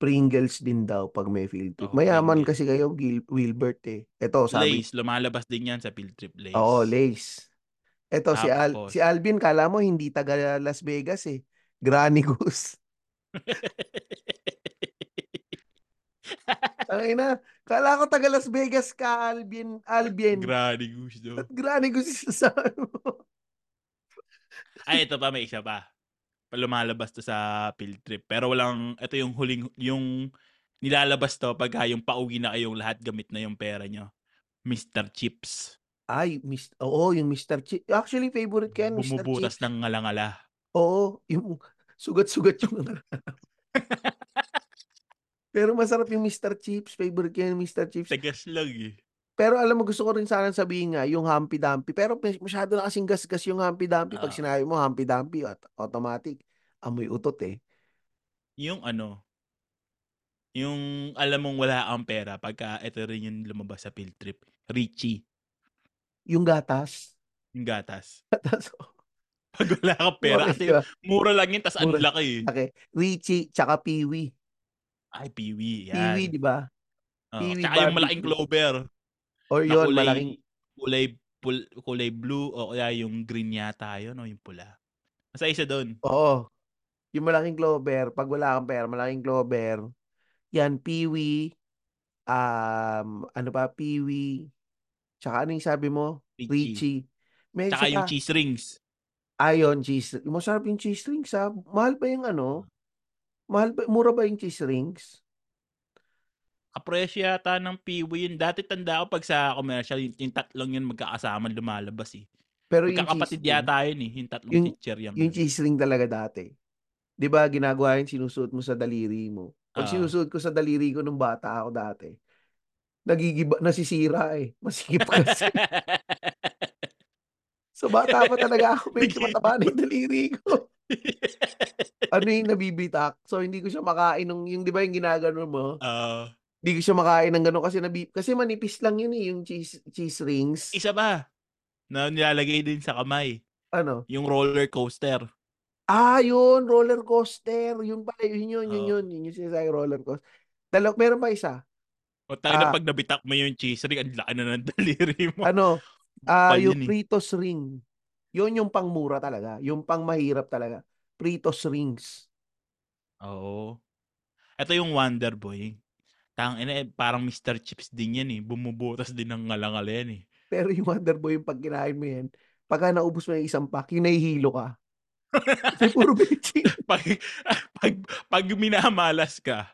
[SPEAKER 2] Pringles din daw pag may field trip.
[SPEAKER 1] Oo,
[SPEAKER 2] Mayaman
[SPEAKER 1] Pringles.
[SPEAKER 2] kasi kayo, Gil- Wilbert eh. Ito, sabi.
[SPEAKER 1] Lays. Lumalabas din yan sa field trip. Lays.
[SPEAKER 2] Oo, Lays. Ito, si, Al-
[SPEAKER 1] Tapos.
[SPEAKER 2] si Alvin, kala mo hindi taga Las Vegas eh. Granny Goose. Tangay na. Kala ko taga Las Vegas ka, Alvin. Alvin.
[SPEAKER 1] Granny goose daw.
[SPEAKER 2] At granny ko si Susan.
[SPEAKER 1] Ay, ito pa. May isa pa. Pa- Lumalabas to sa field trip. Pero walang, ito yung huling, yung nilalabas to pag ah, yung pauwi na kayong lahat gamit na yung pera nyo. Mr. Chips.
[SPEAKER 2] Ay, Mr. Oo, yung Mr. Chip. Actually, favorite ko yan, Mr. Chip.
[SPEAKER 1] Bumubutas ng ngalangala.
[SPEAKER 2] Oo, yung sugat-sugat yung nangarap. Pero masarap yung Mr. Chips. Favorite ko yan, Mr. Chips.
[SPEAKER 1] Tagas lang eh.
[SPEAKER 2] Pero alam mo, gusto ko rin sana sabihin nga, yung Humpty Dumpty. Pero mas- masyado na kasing gasgas yung Humpty Dumpty. Pag
[SPEAKER 1] Ah.
[SPEAKER 2] sinabi mo Humpty Dumpty, at automatic, amoy utot eh.
[SPEAKER 1] Yung ano, yung alam mong wala ang pera pagka ito rin yung lumabas sa field trip. Richie,
[SPEAKER 2] Yung gatas.
[SPEAKER 1] yung gatas.
[SPEAKER 2] Gatas.
[SPEAKER 1] Pag wala kang pera, kasi mura lang yun, tas ang
[SPEAKER 2] Mura.
[SPEAKER 1] laki eh.
[SPEAKER 2] Okay. Richie, tsaka Peewee.
[SPEAKER 1] Ay, piwi, yan.
[SPEAKER 2] Peewee, di ba?
[SPEAKER 1] Oo,
[SPEAKER 2] Piwi
[SPEAKER 1] tsaka yung
[SPEAKER 2] barbecue.
[SPEAKER 1] malaking clover.
[SPEAKER 2] Or
[SPEAKER 1] na
[SPEAKER 2] yun,
[SPEAKER 1] kulay,
[SPEAKER 2] malaking
[SPEAKER 1] kulay, pul- kulay blue, o kaya yung green yata yun, o yung pula. Basta isa doon.
[SPEAKER 2] Oo. Yung malaking clover, pag wala kang pera, malaking clover. Yan, piwi. Um, ano pa, piwi. Tsaka ano yung sabi mo?
[SPEAKER 1] Richie.
[SPEAKER 2] Richie. May
[SPEAKER 1] Tsaka
[SPEAKER 2] isa
[SPEAKER 1] yung
[SPEAKER 2] pa.
[SPEAKER 1] cheese rings.
[SPEAKER 2] Ayon, cheese. Masarap yung cheese rings, ha? Mahal ba yung ano? Mahal ba, mura ba yung cheese rings?
[SPEAKER 1] Kapresyo yata ng Piwi yun. Dati tanda ko pag sa commercial, yung, yung tatlong yun magkakasama lumalabas eh.
[SPEAKER 2] Pero yung cheese
[SPEAKER 1] Magkakapatid
[SPEAKER 2] ring,
[SPEAKER 1] yata yun eh, yung tatlong
[SPEAKER 2] Yung-
[SPEAKER 1] teacher yung.
[SPEAKER 2] yung cheese ring talaga dati. 'Di ba ginagawa yun, sinusuot mo sa daliri mo. Pag
[SPEAKER 1] Ah.
[SPEAKER 2] sinusuot ko sa daliri ko nung bata ako dati, nagigiba, nasisira eh. Masikip kasi. So bata pa talaga ako, medyo
[SPEAKER 1] Nagigiba.
[SPEAKER 2] mataba na yung daliri ko. Ano yung nabibitak? So hindi ko siya makain ng yung 'di ba yung ginagano mo?
[SPEAKER 1] Ah,
[SPEAKER 2] Hindi ko siya makain ng gano'n kasi nabi kasi manipis lang yun eh yung cheese cheese rings.
[SPEAKER 1] isa ba? Na nilalagay din sa kamay.
[SPEAKER 2] Ano?
[SPEAKER 1] Yung roller coaster.
[SPEAKER 2] Ah, yun, roller coaster. Yun pala, yun yun, yun
[SPEAKER 1] Oo.
[SPEAKER 2] yun. Yun yung sinasabi roller coaster. Dalaw, meron pa isa.
[SPEAKER 1] O tayo na
[SPEAKER 2] Ah.
[SPEAKER 1] pag nabitak mo yung cheese ring, ang laki na ng daliri mo.
[SPEAKER 2] Ano? Ah,
[SPEAKER 1] Kapal
[SPEAKER 2] yung
[SPEAKER 1] yun eh.
[SPEAKER 2] Fritos ring. Yun yung pangmura talaga, yung pangmahirap talaga. Fritos rings.
[SPEAKER 1] Oo. Ito yung Wonder Boy. Tang ina, eh, parang Mr. Chips din yan eh. Bumubutas din ng ngalangal yan eh.
[SPEAKER 2] Pero yung Wonder Boy, yung pag kinain mo yan, pagka naubos mo yung isang pack, yung nahihilo ka. Kasi puro bitching.
[SPEAKER 1] pag, pag, pag minamalas ka,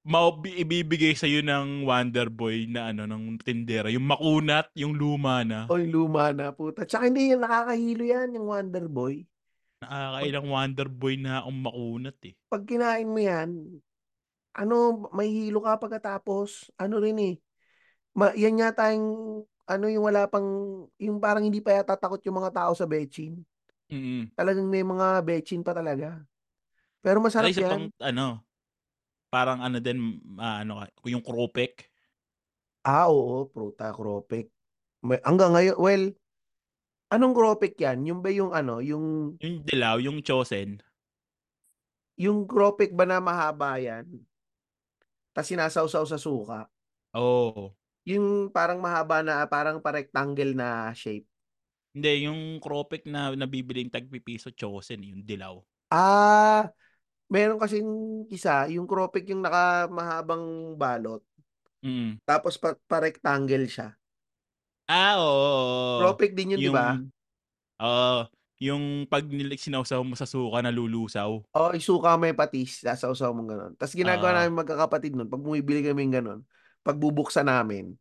[SPEAKER 1] mau ibibigay sa ng Wonder Boy na ano ng tindera, yung makunat, yung luma na.
[SPEAKER 2] o Oh, yung luma na, puta. Tsaka hindi yan, nakakahilo yan, yung Wonder Boy.
[SPEAKER 1] Nakakailang Wonder Boy na ang makunat eh.
[SPEAKER 2] Pag kinain mo yan, ano, may hilo ka pagkatapos. Ano rin eh. Ma, yan yata yung, ano yung wala pang, yung parang hindi pa yata takot yung mga tao sa bechin.
[SPEAKER 1] Mm.
[SPEAKER 2] Talagang may mga bechin pa talaga.
[SPEAKER 1] At
[SPEAKER 2] Pero masarap
[SPEAKER 1] isa
[SPEAKER 2] yan.
[SPEAKER 1] pang ano, parang ano din ah, ano ka, yung kropek.
[SPEAKER 2] Ah, oo, pruta, cropek. May, hanggang ngayon, well, anong Gropek yan? Yung ba yung ano, yung,
[SPEAKER 1] Yung dilaw, yung chosen.
[SPEAKER 2] yung Gropek ba na mahaba yan? Tapos sinasawsaw sa suka.
[SPEAKER 1] Oo. Oh.
[SPEAKER 2] Yung parang mahaba na, parang pa-rectangle na shape.
[SPEAKER 1] Hindi, yung Kropik na nabibiling tagpipiso chosen, yung dilaw.
[SPEAKER 2] Ah, meron kasing isa, yung Gropek yung nakamahabang balot.
[SPEAKER 1] Mm.
[SPEAKER 2] Tapos pa- pa-rectangle siya.
[SPEAKER 1] Ah, oo. oo, oo.
[SPEAKER 2] Gropek din yun, di ba?
[SPEAKER 1] Oo. yung pag nil- sinawsaw mo sa suka, nalulusaw.
[SPEAKER 2] Oh, isuka may patis, sasawsaw mong ganun. Tapos ginagawa
[SPEAKER 1] Ah.
[SPEAKER 2] namin magkakapatid nun, pag bumibili kami ng ganun, pag bubuksan namin,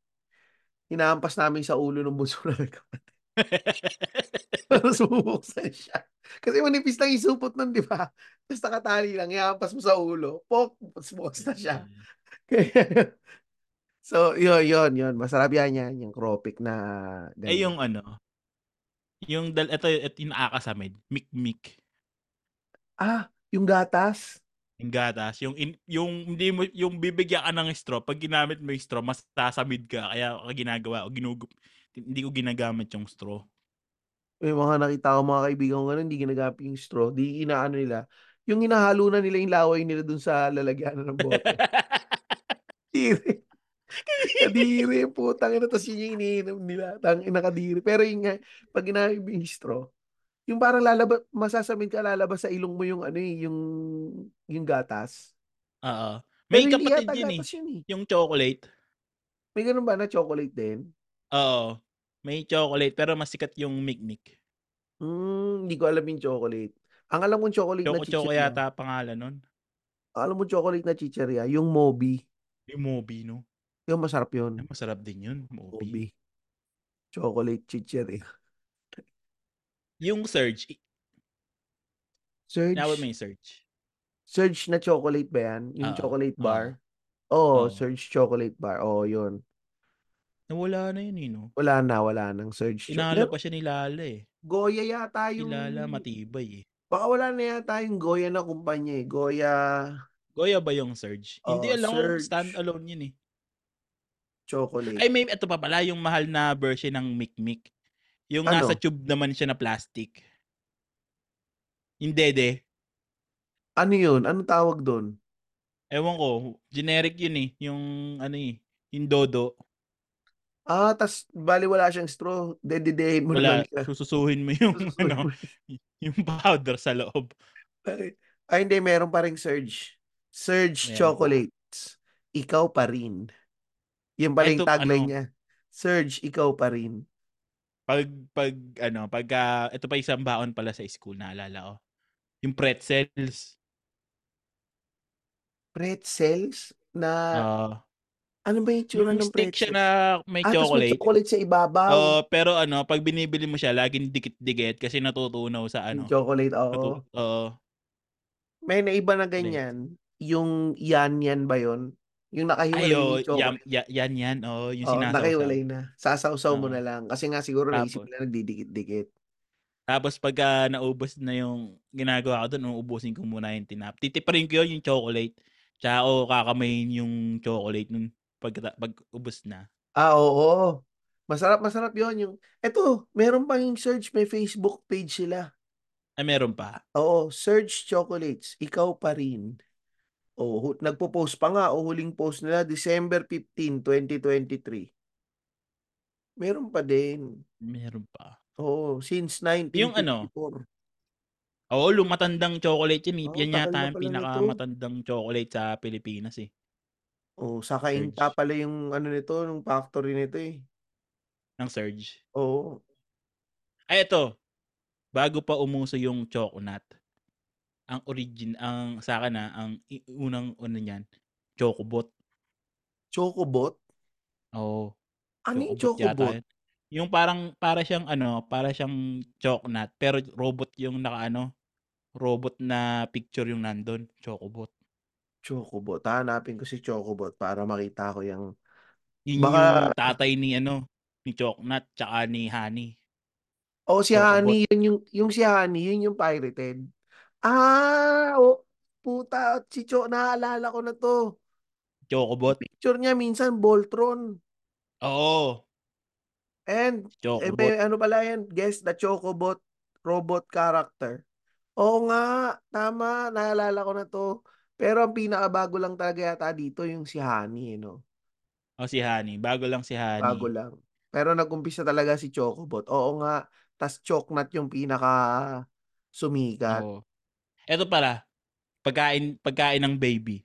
[SPEAKER 2] hinahampas namin sa ulo ng bunso namin kapatid. Tapos bubuksan siya. Kasi manipis lang yung supot nun, di ba? Tapos nakatali lang, hinahampas mo sa ulo, pok, bukas na siya. Kaya- so, yun, yun, yun. Masarap yan yan, yung cropik na ganun.
[SPEAKER 1] Eh, yung ano, yung dal ito, ito yung nakakasamid, mikmik.
[SPEAKER 2] Ah, yung gatas.
[SPEAKER 1] Yung gatas, yung in, yung hindi mo yung bibigyan ka ng straw, pag ginamit mo yung straw, mas sasamid ka kaya ako ginagawa o ginugup hindi ko ginagamit yung straw.
[SPEAKER 2] May mga nakita ko mga kaibigan ko ganun, hindi ginagamit yung straw, di inaano nila. Yung hinahalo na nila yung laway nila dun sa lalagyan ng bote. Kadiri. kadiri, putang ina. Tapos yun yung iniinom nila. Tang ina kadiri. Pero yun nga, pag ginamit mo yung straw, yung parang lalabas, masasamin ka lalabas sa ilong mo yung ano eh, yung, yung gatas.
[SPEAKER 1] Oo.
[SPEAKER 2] Pero
[SPEAKER 1] May
[SPEAKER 2] hindi
[SPEAKER 1] kapatid
[SPEAKER 2] yata
[SPEAKER 1] yun eh,
[SPEAKER 2] gatas yun eh.
[SPEAKER 1] yung chocolate.
[SPEAKER 2] May ganun ba na chocolate din?
[SPEAKER 1] Oo. May chocolate pero mas sikat yung mikmik.
[SPEAKER 2] Hmm, hindi ko alam yung chocolate. Ang alam kong chocolate na
[SPEAKER 1] Choco Choco
[SPEAKER 2] chicherya.
[SPEAKER 1] yata pangalan nun.
[SPEAKER 2] Ang alam kong chocolate na chicherya, yung Moby.
[SPEAKER 1] Yung Moby, no?
[SPEAKER 2] Yung masarap yun.
[SPEAKER 1] Ay, masarap din yun, Moby.
[SPEAKER 2] Ubi. Chocolate chicherya.
[SPEAKER 1] Yung Surge, i- tinawag mo
[SPEAKER 2] Surge,
[SPEAKER 1] yung Surge.
[SPEAKER 2] surge na chocolate ba yan? Yung
[SPEAKER 1] Oo,
[SPEAKER 2] chocolate
[SPEAKER 1] oo.
[SPEAKER 2] bar? Oo,
[SPEAKER 1] Ah, Oo.
[SPEAKER 2] surge chocolate bar. Oo, yun.
[SPEAKER 1] Nawala na yun, eh, no?
[SPEAKER 2] Wala na, wala nang surge
[SPEAKER 1] Tinalo
[SPEAKER 2] chocolate.
[SPEAKER 1] pa siya ni Lala eh.
[SPEAKER 2] Goya yata
[SPEAKER 1] Si
[SPEAKER 2] yung...
[SPEAKER 1] Lala matibay eh.
[SPEAKER 2] Baka wala na yata yung Goya na kumpanya eh. Goya,
[SPEAKER 1] Goya ba yung Surge? Hindi
[SPEAKER 2] Oo,
[SPEAKER 1] alam ko
[SPEAKER 2] Surge.
[SPEAKER 1] stand alone yun eh.
[SPEAKER 2] chocolate.
[SPEAKER 1] Ay may ito pa pala yung mahal na version ng Mikmik. Yung
[SPEAKER 2] Ano?
[SPEAKER 1] nasa tube naman siya na plastic. Yung dede.
[SPEAKER 2] Ano yun? Anong tawag doon?
[SPEAKER 1] Ewan ko, generic yun eh. Yung ano eh, yung dodo.
[SPEAKER 2] Ah, tas bali wala siyang straw. Dedidehin mo
[SPEAKER 1] Wala,
[SPEAKER 2] naman siya.
[SPEAKER 1] sususuhin mo yung
[SPEAKER 2] Susunod
[SPEAKER 1] ano,
[SPEAKER 2] mo siya.
[SPEAKER 1] yung powder sa loob.
[SPEAKER 2] Ay, hindi. Meron pa ring surge.
[SPEAKER 1] Meron
[SPEAKER 2] Surge
[SPEAKER 1] pa.
[SPEAKER 2] chocolates. Ikaw pa rin. Yan pala yung
[SPEAKER 1] Eto,
[SPEAKER 2] tagline
[SPEAKER 1] ano?
[SPEAKER 2] niya. Surge, ikaw pa rin.
[SPEAKER 1] Pag pag ano, pag ah, ito pa isang baon pala sa school naalala ko. Yung pretzels.
[SPEAKER 2] Pretzels na...
[SPEAKER 1] Ah,
[SPEAKER 2] ano ba yung tsura
[SPEAKER 1] yung
[SPEAKER 2] ng
[SPEAKER 1] stick siya
[SPEAKER 2] pretzels?
[SPEAKER 1] na may
[SPEAKER 2] Ah, tapos may
[SPEAKER 1] chocolate.
[SPEAKER 2] chocolate sa ibabaw.
[SPEAKER 1] Oh, pero ano, pag binibili mo siya, laging dikit-dikit kasi natutunaw sa
[SPEAKER 2] Yung
[SPEAKER 1] ano.
[SPEAKER 2] chocolate, oo.
[SPEAKER 1] Natu- Oo.
[SPEAKER 2] May naiba
[SPEAKER 1] Ano
[SPEAKER 2] na ganyan. Yung yan-yan ba yun? Yung nakahiwalay
[SPEAKER 1] Ayo,
[SPEAKER 2] yung
[SPEAKER 1] yan,
[SPEAKER 2] chocolate.
[SPEAKER 1] yan yan. Oh, yung
[SPEAKER 2] Oo,
[SPEAKER 1] sinasawsaw.
[SPEAKER 2] nakahiwalay na. Sasawsaw mo
[SPEAKER 1] Oo.
[SPEAKER 2] na lang. Kasi nga siguro naisip
[SPEAKER 1] Tapos.
[SPEAKER 2] nila nagdidikit-dikit.
[SPEAKER 1] Tapos pagka naubos na yung ginagawa ko doon, uubusin ko muna yung tinap. Titiparin ko yun, yung chocolate. Tsaka o kakamayin yung chocolate nun pag, pag ubos na.
[SPEAKER 2] Ah, oo. Masarap, masarap yon yung... Eto, meron pang yung search. May Facebook page sila.
[SPEAKER 1] Ay, Ah, meron pa.
[SPEAKER 2] Oo, search chocolates. Ikaw pa rin. Oh, hu- nagpo-post pa nga. O huling post nila, December 15, 2023. Meron pa din.
[SPEAKER 1] Meron pa.
[SPEAKER 2] Oo, since
[SPEAKER 1] Yung ano,
[SPEAKER 2] 1954.
[SPEAKER 1] Oo, lumatandang chocolate yun. eh.
[SPEAKER 2] Oo,
[SPEAKER 1] yan
[SPEAKER 2] tagal
[SPEAKER 1] yata
[SPEAKER 2] na
[SPEAKER 1] yung
[SPEAKER 2] pala nito.
[SPEAKER 1] pinakamatandang chocolate sa Pilipinas eh.
[SPEAKER 2] Oh, sakain
[SPEAKER 1] Surge.
[SPEAKER 2] pa pala yung ano nito, yung factory nito eh.
[SPEAKER 1] Ng Surge.
[SPEAKER 2] Oo.
[SPEAKER 1] Ay, ito. Bago pa umuso yung choconut, ang origin, ang sa akin na, ang i- unang una niyan, Chocobot.
[SPEAKER 2] Chocobot?
[SPEAKER 1] Oo,
[SPEAKER 2] Ano yung
[SPEAKER 1] Chocobot yata
[SPEAKER 2] chocobot?
[SPEAKER 1] yun. Yung parang, para siyang ano, para siyang choconut, pero robot yung nakaano, robot na picture yung nandun, Chocobot.
[SPEAKER 2] Chocobot. Hanapin ko si Chocobot para makita ko yung...
[SPEAKER 1] Yun
[SPEAKER 2] Baka-
[SPEAKER 1] yung tatay ni ano, ni Choconut, tsaka ni Honey.
[SPEAKER 2] Oh, si
[SPEAKER 1] Chocobot.
[SPEAKER 2] Honey, yun yung, yung si Honey, yun yung pirated. Ah, oh, puta, si Cho, naalala ko na to.
[SPEAKER 1] Chocobot.
[SPEAKER 2] Picture niya minsan, Voltron.
[SPEAKER 1] Oo.
[SPEAKER 2] And
[SPEAKER 1] Joke.
[SPEAKER 2] eh, may ano pala yan, guess the Chocobot robot character. Oo nga, tama, naalala ko na to. Pero ang pinakabago lang talaga yata dito yung si Honey, eh, no?
[SPEAKER 1] O Oh, si Hani. Bago lang si Hani.
[SPEAKER 2] Bago lang. Pero nag-umpisa talaga si Chocobot. Oo nga, tas Choknat yung pinaka sumikat.
[SPEAKER 1] Oo. Ito pala. Pagkain, pagkain ng baby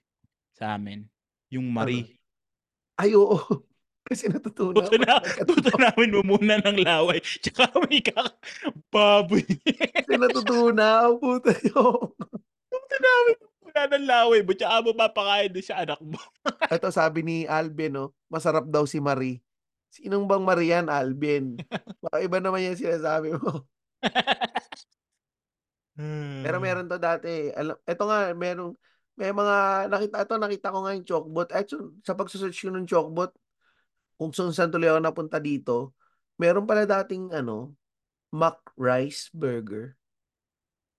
[SPEAKER 1] sa amin. Yung Marie.
[SPEAKER 2] Ano? Ay, oo. Kasi natutunan.
[SPEAKER 1] Tuto, na, tuto namin mo muna ng laway. Tsaka may kak... Baboy.
[SPEAKER 2] Kasi natutunan. Puta yun.
[SPEAKER 1] tuto namin mo muna ng laway. Ba't tsaka mo papakain doon sa anak mo?
[SPEAKER 2] Ito sabi ni Alvin, no, masarap daw si Marie. Sinong bang Marian, Alvin? Baka iba naman yan sinasabi mo. Pero meron to dati. Alam, ito nga, merong, may mga, nakita ito, nakita ko nga yung chalkbot. Actually, sa pagsusearch ko ng chalkbot, kung saan saan tuloy ako napunta dito, meron pala dating, ano, Mac Rice Burger.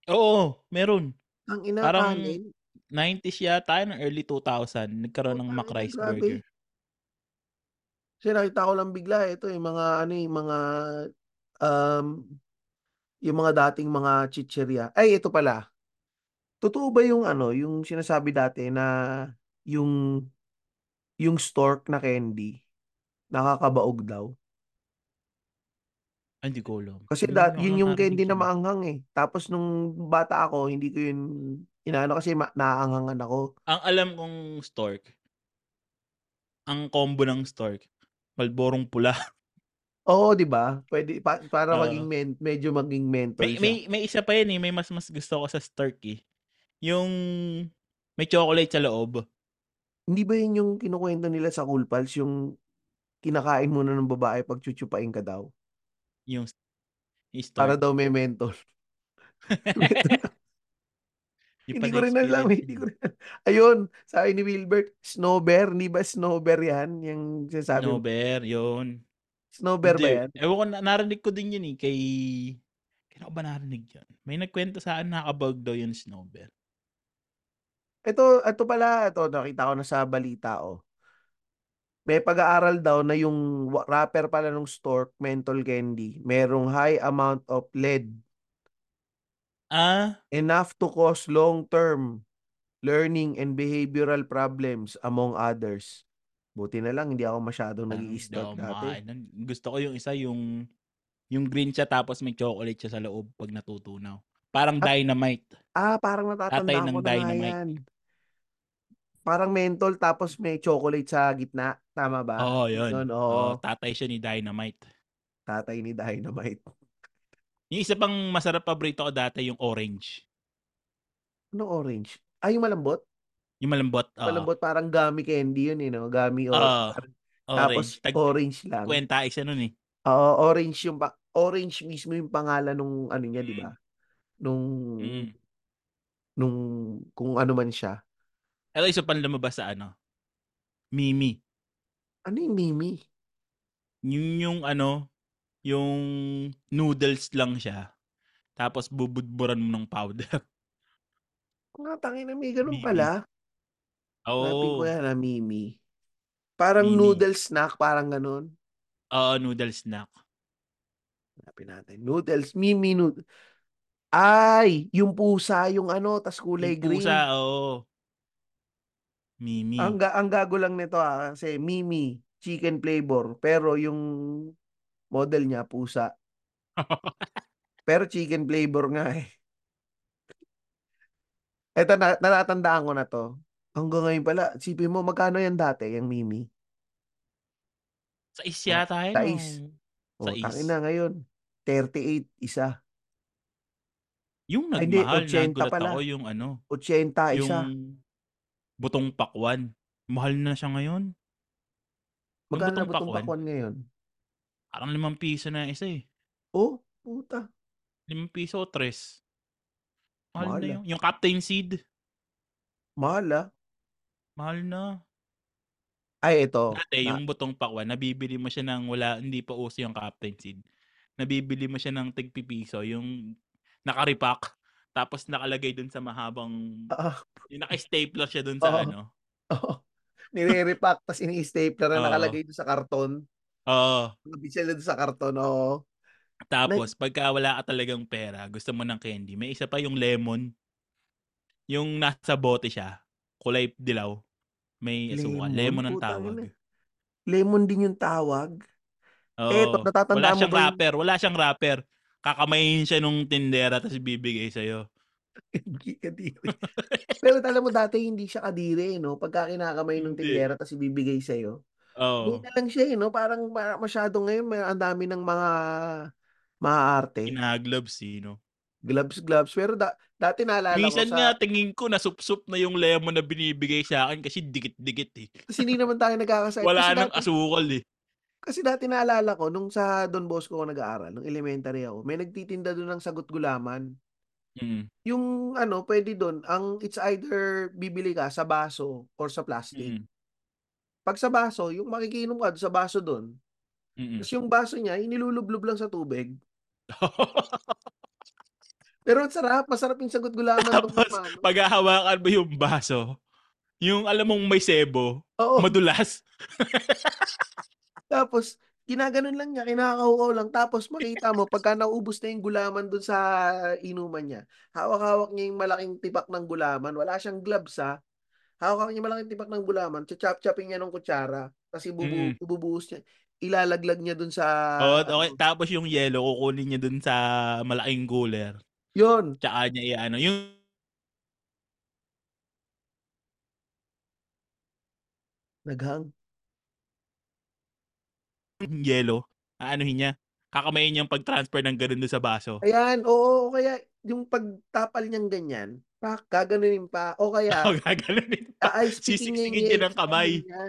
[SPEAKER 1] Oo, meron.
[SPEAKER 2] Ang ina
[SPEAKER 1] Parang
[SPEAKER 2] kanin.
[SPEAKER 1] 90s yata, ng early 2000, nagkaroon ng
[SPEAKER 2] Putang
[SPEAKER 1] Mac
[SPEAKER 2] ina,
[SPEAKER 1] Rice
[SPEAKER 2] grabe.
[SPEAKER 1] Burger.
[SPEAKER 2] Kasi nakita ko lang bigla ito yung mga ano yung mga um yung mga dating mga chicheria. Ay ito pala. Totoo ba yung ano yung sinasabi dati na yung yung stork na candy nakakabaog daw?
[SPEAKER 1] Ay, hindi ko alam.
[SPEAKER 2] Kasi
[SPEAKER 1] Hindi
[SPEAKER 2] da,
[SPEAKER 1] ko
[SPEAKER 2] yun yung
[SPEAKER 1] nakarinig
[SPEAKER 2] candy na
[SPEAKER 1] sa-
[SPEAKER 2] maanghang eh. Tapos nung bata ako, hindi ko yun inaano kasi ma- naaanghangan ako.
[SPEAKER 1] Ang alam kong stork, ang combo ng stork, malborong pula.
[SPEAKER 2] Oo, 'di ba? Pwede pa- para
[SPEAKER 1] Oo.
[SPEAKER 2] maging men- medyo maging mentor
[SPEAKER 1] May,
[SPEAKER 2] siya.
[SPEAKER 1] may, may isa pa yan eh, may mas mas gusto ko sa stork eh. Yung may chocolate sa loob.
[SPEAKER 2] Hindi ba yun yung kinukwento nila sa Cool Pals, yung kinakain muna ng babae pag chuchupain ka daw?
[SPEAKER 1] Yung, yung
[SPEAKER 2] Para
[SPEAKER 1] stork.
[SPEAKER 2] daw may mentor.
[SPEAKER 1] Yung pala
[SPEAKER 2] hindi ko rin alam.
[SPEAKER 1] experience
[SPEAKER 2] eh, Hindi ko rin Ayun, sabi ni Wilbert, snowbear. Hindi ba snowbear yan? Yung
[SPEAKER 1] yun.
[SPEAKER 2] sinasabi mo.
[SPEAKER 1] Snowbear, yun.
[SPEAKER 2] Snowbear ba
[SPEAKER 1] Hindi.
[SPEAKER 2] yan?
[SPEAKER 1] Ewan ko, na- narinig ko din yun eh, kay... Kailan ko ba narinig yun? May nagkwento sa akin, nakabag daw yung snowbear.
[SPEAKER 2] Ito, ito pala, ito, nakita ko na sa balita, oh. May pag-aaral daw na yung wa- wrapper pala ng stork mental candy, merong high amount of lead,
[SPEAKER 1] Ah,
[SPEAKER 2] enough to cause long-term learning and behavioral problems among others. Buti na lang, hindi ako masyadong
[SPEAKER 1] Parang hindi
[SPEAKER 2] nag-i-stalk
[SPEAKER 1] ako
[SPEAKER 2] dati.
[SPEAKER 1] makain nun. Gusto ko yung isa, yung yung green siya tapos may chocolate siya sa loob pag natutunaw. Parang
[SPEAKER 2] Ah.
[SPEAKER 1] dynamite.
[SPEAKER 2] Ah, parang
[SPEAKER 1] Tatay
[SPEAKER 2] natatandaan
[SPEAKER 1] ng
[SPEAKER 2] ko na nga
[SPEAKER 1] dynamite.
[SPEAKER 2] yan. Parang mental tapos may chocolate sa gitna. Tama ba?
[SPEAKER 1] Oo, yun.
[SPEAKER 2] Ah, Yun,
[SPEAKER 1] Oo,
[SPEAKER 2] oo.
[SPEAKER 1] tatay siya ni dynamite.
[SPEAKER 2] Tatay ni Dynamite.
[SPEAKER 1] Yung isa pang masarap paborito ko dati, yung orange.
[SPEAKER 2] Anong orange? Ah, yung malambot?
[SPEAKER 1] Yung malambot. Oo,
[SPEAKER 2] Malambot parang gummy candy yun, eh, no? Gummy or...
[SPEAKER 1] Oo, orange.
[SPEAKER 2] Tapos
[SPEAKER 1] Tag
[SPEAKER 2] orange lang.
[SPEAKER 1] kwenta isa nun eh.
[SPEAKER 2] Oo, orange yung... Pa- orange mismo yung pangalan nung ano niya, di ba? Nung...
[SPEAKER 1] Mm.
[SPEAKER 2] Nung... Kung ano man siya.
[SPEAKER 1] Pero isa pang lumabas sa ano, Mimi.
[SPEAKER 2] Ano yung Mimi?
[SPEAKER 1] Yung, yung ano, yung noodles lang siya. Tapos bubudburan mo ng powder.
[SPEAKER 2] Nga, tangin na may ganun
[SPEAKER 1] Mimi.
[SPEAKER 2] pala. Hanapin ko
[SPEAKER 1] Oo.
[SPEAKER 2] yan na Mimi. Parang
[SPEAKER 1] Mimi.
[SPEAKER 2] noodle snack, parang ganun.
[SPEAKER 1] Oo, noodle snack.
[SPEAKER 2] Hanapin natin. Noodles, Mimi noodles. Ay, yung pusa, yung ano, tas kulay
[SPEAKER 1] Yung
[SPEAKER 2] green.
[SPEAKER 1] pusa, oo. Mimi.
[SPEAKER 2] Ang, ga- ang gago lang nito ah, kasi Mimi, chicken flavor. Pero yung model niya, pusa. Pero chicken flavor nga eh. Eto, na, natatandaan ko na to. Hanggang ngayon pala, sipin mo, magkano yan dati, yung Mimi?
[SPEAKER 1] sa is yata yun.
[SPEAKER 2] Sais.
[SPEAKER 1] o? Sa
[SPEAKER 2] O,
[SPEAKER 1] is.
[SPEAKER 2] tangin na Oh, ngayon. 38, isa.
[SPEAKER 1] Yung
[SPEAKER 2] Ay, hindi,
[SPEAKER 1] nagmahal,
[SPEAKER 2] 80
[SPEAKER 1] nagulat
[SPEAKER 2] pala.
[SPEAKER 1] ako yung ano,
[SPEAKER 2] 80,
[SPEAKER 1] yung ano
[SPEAKER 2] isa.
[SPEAKER 1] butong pakwan. Mahal na siya ngayon. Yung
[SPEAKER 2] Magkano na
[SPEAKER 1] butong
[SPEAKER 2] ba itong
[SPEAKER 1] pakwan,
[SPEAKER 2] pakwan ngayon?
[SPEAKER 1] parang limang piso na isa eh.
[SPEAKER 2] Oh, puta.
[SPEAKER 1] Limang piso o tres. Mahal
[SPEAKER 2] Mahal
[SPEAKER 1] na
[SPEAKER 2] ah.
[SPEAKER 1] yun. Yung Captain Seed,
[SPEAKER 2] Mahal ah.
[SPEAKER 1] mahal na.
[SPEAKER 2] Ay, ito.
[SPEAKER 1] Dati,
[SPEAKER 2] Na-
[SPEAKER 1] yung butong pakwan, nabibili mo siya ng wala, hindi pa uso yung Captain Seed. Nabibili mo siya ng tigpipiso, yung nakaripak, tapos nakalagay dun sa mahabang
[SPEAKER 2] ah,
[SPEAKER 1] Yung naka-stapler siya dun sa
[SPEAKER 2] Oo.
[SPEAKER 1] ano.
[SPEAKER 2] Oo. Nire-repack, tapos ini-stapler na
[SPEAKER 1] Oo.
[SPEAKER 2] nakalagay doon sa karton.
[SPEAKER 1] Oo.
[SPEAKER 2] Nabit sila doon sa karton, oo.
[SPEAKER 1] Tapos, pagka wala ka talagang pera, gusto mo ng candy, may isa pa yung lemon. Yung nasa bote siya, kulay dilaw. May asuka. Lemon, ang
[SPEAKER 2] putang
[SPEAKER 1] tawag. eh.
[SPEAKER 2] ina. Lemon din yung tawag.
[SPEAKER 1] Oo.
[SPEAKER 2] eh, tap, natatanda
[SPEAKER 1] wala
[SPEAKER 2] mo
[SPEAKER 1] siyang
[SPEAKER 2] ba yung-
[SPEAKER 1] wrapper. Wala siyang wrapper. Kakamayin siya nung tindera tapos bibigay sa'yo.
[SPEAKER 2] Hindi kadiri. Pero alam mo dati hindi siya kadiri, eh, no? Pagka kinakamay ng
[SPEAKER 1] Hindi.
[SPEAKER 2] tindera tapos ibibigay sa'yo.
[SPEAKER 1] Oo.
[SPEAKER 2] Hindi na lang siya, eh, no? Parang, parang masyado ngayon, may ang dami ng mga mga arte.
[SPEAKER 1] Kinaglob sino.
[SPEAKER 2] Gloves, gloves. Pero da, dati naalala ko
[SPEAKER 1] eh, Minsan
[SPEAKER 2] sa...
[SPEAKER 1] nga tingin ko nasupsup na yung lemon na binibigay sa akin kasi dikit-dikit eh.
[SPEAKER 2] Kasi hindi naman tayo nagkakasakit.
[SPEAKER 1] Wala
[SPEAKER 2] kasi
[SPEAKER 1] nang
[SPEAKER 2] dati,
[SPEAKER 1] asukal eh.
[SPEAKER 2] kasi dati naalala ko, nung sa Don Bosco ako nag-aaral, nung elementary ako, may nagtitinda doon ng sagot gulaman.
[SPEAKER 1] Mm.
[SPEAKER 2] Yung ano, pwede doon, ang it's either bibili ka sa baso or sa plastic.
[SPEAKER 1] Mm.
[SPEAKER 2] Pag sa baso, yung makikinom ka sa baso doon,
[SPEAKER 1] Mm.
[SPEAKER 2] tapos yung baso niya, inilulublob lang sa tubig. Pero ang sarap, masarap yung sagot gulaman doon.
[SPEAKER 1] Tapos, Paghahawakan mo yung baso, yung alam mong may sebo,
[SPEAKER 2] Oo,
[SPEAKER 1] madulas.
[SPEAKER 2] tapos ginaganon lang niya, kinakaukaw lang. Tapos makita mo, pagka naubos na yung gulaman doon sa inuman niya, hawak-hawak niya yung malaking tipak ng gulaman. Wala siyang gloves ha. Hawak-hawak niya yung malaking tipak ng gulaman, chachap-chapin niya ng kutsara. Tapos ibubu-
[SPEAKER 1] Mm.
[SPEAKER 2] ibubuhos niya, ilalaglag niya doon sa... ano.
[SPEAKER 1] Oo, okay. Tapos yung yellow, kukunin niya dun sa malaking cooler.
[SPEAKER 2] Yun.
[SPEAKER 1] Tsaka niya i-ano. Yung
[SPEAKER 2] Naghang.
[SPEAKER 1] yellow, aanuhin niya. Kakamayin niya yung pag-transfer ng ganun dun sa baso.
[SPEAKER 2] Ayan, oo, o kaya yung pagtapal niyang ganyan, pa, gaganunin pa. O kaya,
[SPEAKER 1] Oh, gaganunin pa.
[SPEAKER 2] ice picking
[SPEAKER 1] Sisiksingin
[SPEAKER 2] niya yung
[SPEAKER 1] niya
[SPEAKER 2] yelo
[SPEAKER 1] ng
[SPEAKER 2] sa
[SPEAKER 1] kamay.
[SPEAKER 2] kamay niya.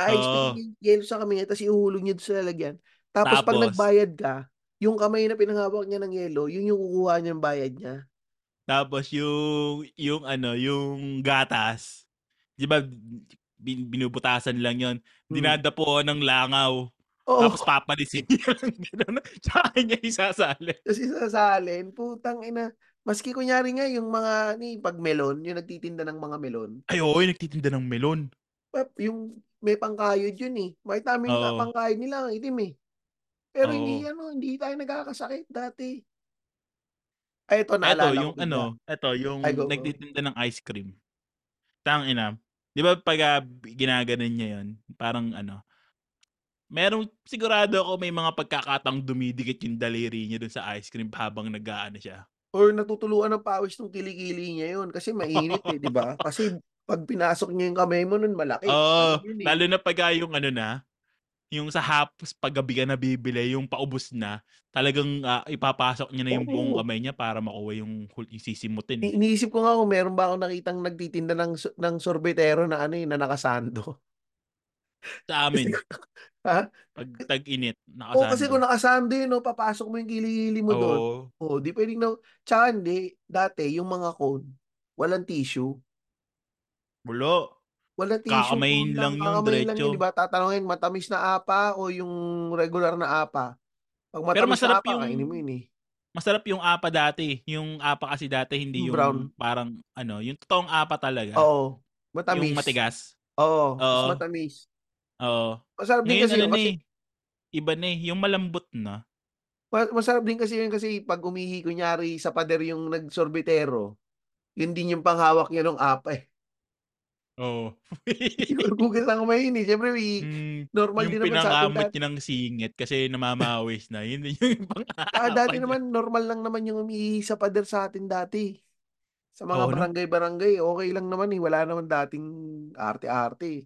[SPEAKER 2] Ice picking
[SPEAKER 1] Oo.
[SPEAKER 2] niya yung yelo sa kamay niya, tapos ihuhulog niya doon sa lalagyan. Tapos, pag
[SPEAKER 1] Tapos-
[SPEAKER 2] nagbayad ka, yung kamay na pinangawak niya ng yelo, yun yung kukuha niya ng bayad niya.
[SPEAKER 1] Tapos yung yung ano, yung gatas. 'Di ba bin- binubutasan lang 'yon.
[SPEAKER 2] Hmm.
[SPEAKER 1] Dinadapo ng langaw.
[SPEAKER 2] Oo,
[SPEAKER 1] Tapos papalisin niya lang ganun. Tsaka niya isasali.
[SPEAKER 2] tapos isasalin, putang ina. Maski kunyari nga yung mga, ni, pag melon, yung nagtitinda ng mga melon,
[SPEAKER 1] Ay, oo, yung nagtitinda ng melon.
[SPEAKER 2] pap, yung may pangkayod yun eh. Makita mo yung
[SPEAKER 1] Oo.
[SPEAKER 2] pangkayod nila, ang itim eh. Pero
[SPEAKER 1] Oo.
[SPEAKER 2] hindi ano, hindi tayo nagkakasakit dati. Ay,
[SPEAKER 1] Eto,
[SPEAKER 2] ito, naalala ko
[SPEAKER 1] yung
[SPEAKER 2] bigla.
[SPEAKER 1] ano, eto, yung
[SPEAKER 2] Ay, go, go.
[SPEAKER 1] nagtitinda ng ice cream. Tang ina. 'Di ba pag ah, ginaganon niya 'yon, parang ano, Merong sigurado ako may mga pagkakatang dumidikit yung daliri niya dun sa ice cream habang nag-aano siya.
[SPEAKER 2] Or natutuluan ng pawis ng kilikili niya yun. Kasi mainit eh, di ba? Kasi pag pinasok niya yung kamay mo nun, malaki.
[SPEAKER 1] Oo,
[SPEAKER 2] Ano yun eh.
[SPEAKER 1] lalo na pag ah, yung ano na, yung sa hapos paggabi ka na bibili, yung paubos na, talagang ah, ipapasok niya na yung buong
[SPEAKER 2] Oo.
[SPEAKER 1] kamay niya para makuha yung, hul- yung sisimutin. eh.
[SPEAKER 2] I- Iniisip ko nga kung meron ba ako nakitang nagtitinda ng, so- ng sorbetero na ano eh, na nakasando.
[SPEAKER 1] Sa amin,
[SPEAKER 2] Ha?
[SPEAKER 1] pag tag-init,
[SPEAKER 2] Oo, kasi kung
[SPEAKER 1] nakasando.
[SPEAKER 2] nakasando yun, no, papasok mo yung kilikili mo doon.
[SPEAKER 1] Oo.
[SPEAKER 2] Oo, di pwedeng na... Tsaka hindi, dati, yung mga cone, walang tissue.
[SPEAKER 1] Bulo.
[SPEAKER 2] Wala tissue
[SPEAKER 1] Kakamayin
[SPEAKER 2] cone
[SPEAKER 1] lang yung
[SPEAKER 2] kakamayin lang yun,
[SPEAKER 1] diretso.
[SPEAKER 2] di ba? Tatanungin, matamis na apa o yung regular na apa? Pag matamis
[SPEAKER 1] Pero masarap
[SPEAKER 2] na apa,
[SPEAKER 1] yung-
[SPEAKER 2] kainin mo yun eh.
[SPEAKER 1] Masarap yung apa dati. Yung apa kasi dati, hindi
[SPEAKER 2] Yung
[SPEAKER 1] yung
[SPEAKER 2] brown.
[SPEAKER 1] parang ano, yung totoong apa talaga.
[SPEAKER 2] Oo. Matamis.
[SPEAKER 1] Yung matigas.
[SPEAKER 2] Oo, mas
[SPEAKER 1] Oo.
[SPEAKER 2] matamis.
[SPEAKER 1] Oo.
[SPEAKER 2] Masarap din
[SPEAKER 1] Ngayon
[SPEAKER 2] kasi
[SPEAKER 1] ano
[SPEAKER 2] yun
[SPEAKER 1] na
[SPEAKER 2] kasi
[SPEAKER 1] eh, iba na eh. Yung malambot na.
[SPEAKER 2] ma- masarap din kasi yun kasi pag umihi kunyari sa pader yung nagsorbetero, yun din yung panghawak niya ng apa eh.
[SPEAKER 1] Oo.
[SPEAKER 2] Gugas lang kumain eh. Siyempre, we,
[SPEAKER 1] Mm,
[SPEAKER 2] normal
[SPEAKER 1] yung
[SPEAKER 2] din naman sa atin
[SPEAKER 1] pinangamot
[SPEAKER 2] dati.
[SPEAKER 1] niya ng singit kasi namamawis na. Yun din yung
[SPEAKER 2] Ah,
[SPEAKER 1] pang-aapan
[SPEAKER 2] dati
[SPEAKER 1] niya.
[SPEAKER 2] naman, normal lang naman yung umihi sa pader sa atin dati. Sa
[SPEAKER 1] Oo,
[SPEAKER 2] mga
[SPEAKER 1] no?
[SPEAKER 2] barangay-barangay, okay lang naman eh. Wala naman dating arte-arte. eh.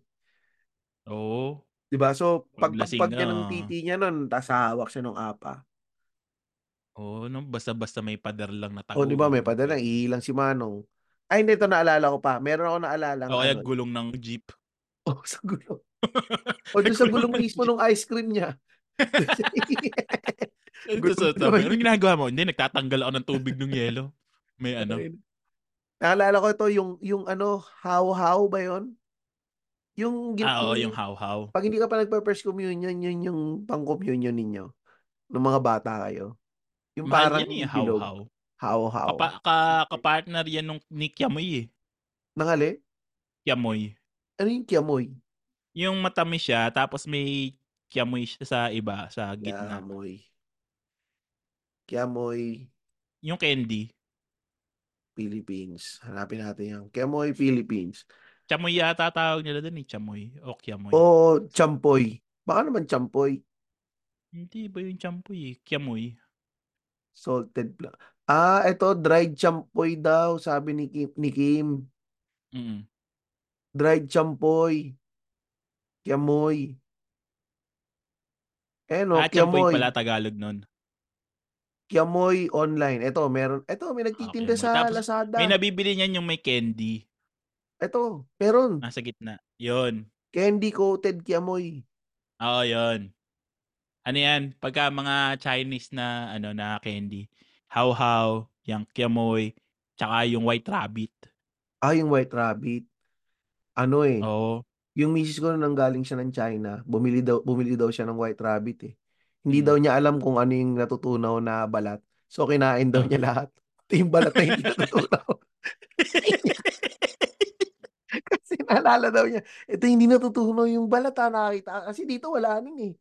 [SPEAKER 1] Oo.
[SPEAKER 2] 'Di ba? So,
[SPEAKER 1] Pag lasing
[SPEAKER 2] pagpagpag niya ng
[SPEAKER 1] na.
[SPEAKER 2] titi niya nun, tas hawak siya ng apa.
[SPEAKER 1] Oo, no? Basta-basta may pader lang na
[SPEAKER 2] O,
[SPEAKER 1] tago.
[SPEAKER 2] Oh, di ba? May
[SPEAKER 1] ganun.
[SPEAKER 2] padala, iilang si Manong. Ay, hindi, ito naalala ko pa. Meron ako naalala ng
[SPEAKER 1] O kaya
[SPEAKER 2] ano.
[SPEAKER 1] gulong ng jeep.
[SPEAKER 2] Oh, sa gulong. O, doon sa gulong
[SPEAKER 1] ng
[SPEAKER 2] mismo nung ice cream niya. Doon siya-
[SPEAKER 1] Ano
[SPEAKER 2] Gulong
[SPEAKER 1] sa
[SPEAKER 2] naman
[SPEAKER 1] tabi? Anong ginagawa mo? Hindi, nagtatanggal ako ng tubig ng yelo. May ano.
[SPEAKER 2] yun. Naalala ko ito, yung, yung ano, how-how ba yun? Yung, gin-
[SPEAKER 1] Ah, oo, yung
[SPEAKER 2] yung,
[SPEAKER 1] how-how.
[SPEAKER 2] pag hindi ka pa nagpa-first communion, yun yung pang-communion ninyo. Nung mga bata kayo. Yung
[SPEAKER 1] Mahal
[SPEAKER 2] parang
[SPEAKER 1] yan eh,
[SPEAKER 2] bilog.
[SPEAKER 1] how-how.
[SPEAKER 2] How-how.
[SPEAKER 1] Kapa, ka, kapartner yan nung, ni Kiamoy eh.
[SPEAKER 2] Nangali?
[SPEAKER 1] Kiamoy.
[SPEAKER 2] Ano yung kiamoy?
[SPEAKER 1] Yung matamis siya, tapos may kiamoy siya sa iba, sa gitna.
[SPEAKER 2] Kiamoy. Kiamoy,
[SPEAKER 1] Yung candy.
[SPEAKER 2] Philippines. Hanapin natin yan. Kiamoy, Philippines.
[SPEAKER 1] Chamoy yata tawag nila dun eh. Chamoy o kiamoy.
[SPEAKER 2] O champoy. Baka naman champoy.
[SPEAKER 1] Hindi ba yung champoy eh? Kiamoy.
[SPEAKER 2] Salted pla- Ah, ito, dried champoy daw, sabi ni Kim. Ni Kim.
[SPEAKER 1] Mm-mm.
[SPEAKER 2] Dried champoy. Kiamoy. Eh no,
[SPEAKER 1] ah, chamoy
[SPEAKER 2] kiamoy.
[SPEAKER 1] pala Tagalog nun.
[SPEAKER 2] Kiamoy online. Ito, meron. Ito, may nagtitinda
[SPEAKER 1] Kiamoy.
[SPEAKER 2] sa
[SPEAKER 1] Tapos,
[SPEAKER 2] Lazada.
[SPEAKER 1] May nabibili niyan yung may candy.
[SPEAKER 2] Ito, meron.
[SPEAKER 1] Nasa gitna. Yun.
[SPEAKER 2] Candy coated kiamoy.
[SPEAKER 1] Oo, yun. Ano yan? Pagka mga Chinese na ano na candy. How how, yung kiamoy, tsaka yung white rabbit.
[SPEAKER 2] Ah, yung white rabbit. Ano eh,
[SPEAKER 1] Oo.
[SPEAKER 2] yung misis ko nang galing siya ng China, bumili daw bumili daw siya ng white rabbit eh. Hindi
[SPEAKER 1] Mm.
[SPEAKER 2] daw niya alam kung ano yung natutunaw na balat. So kinain
[SPEAKER 1] Oh.
[SPEAKER 2] daw niya lahat. Ito yung balat na hindi natutunaw. Kasi naalala daw niya, ito hindi natutunaw yung balat ha, nakakita. Kasi dito wala nun eh.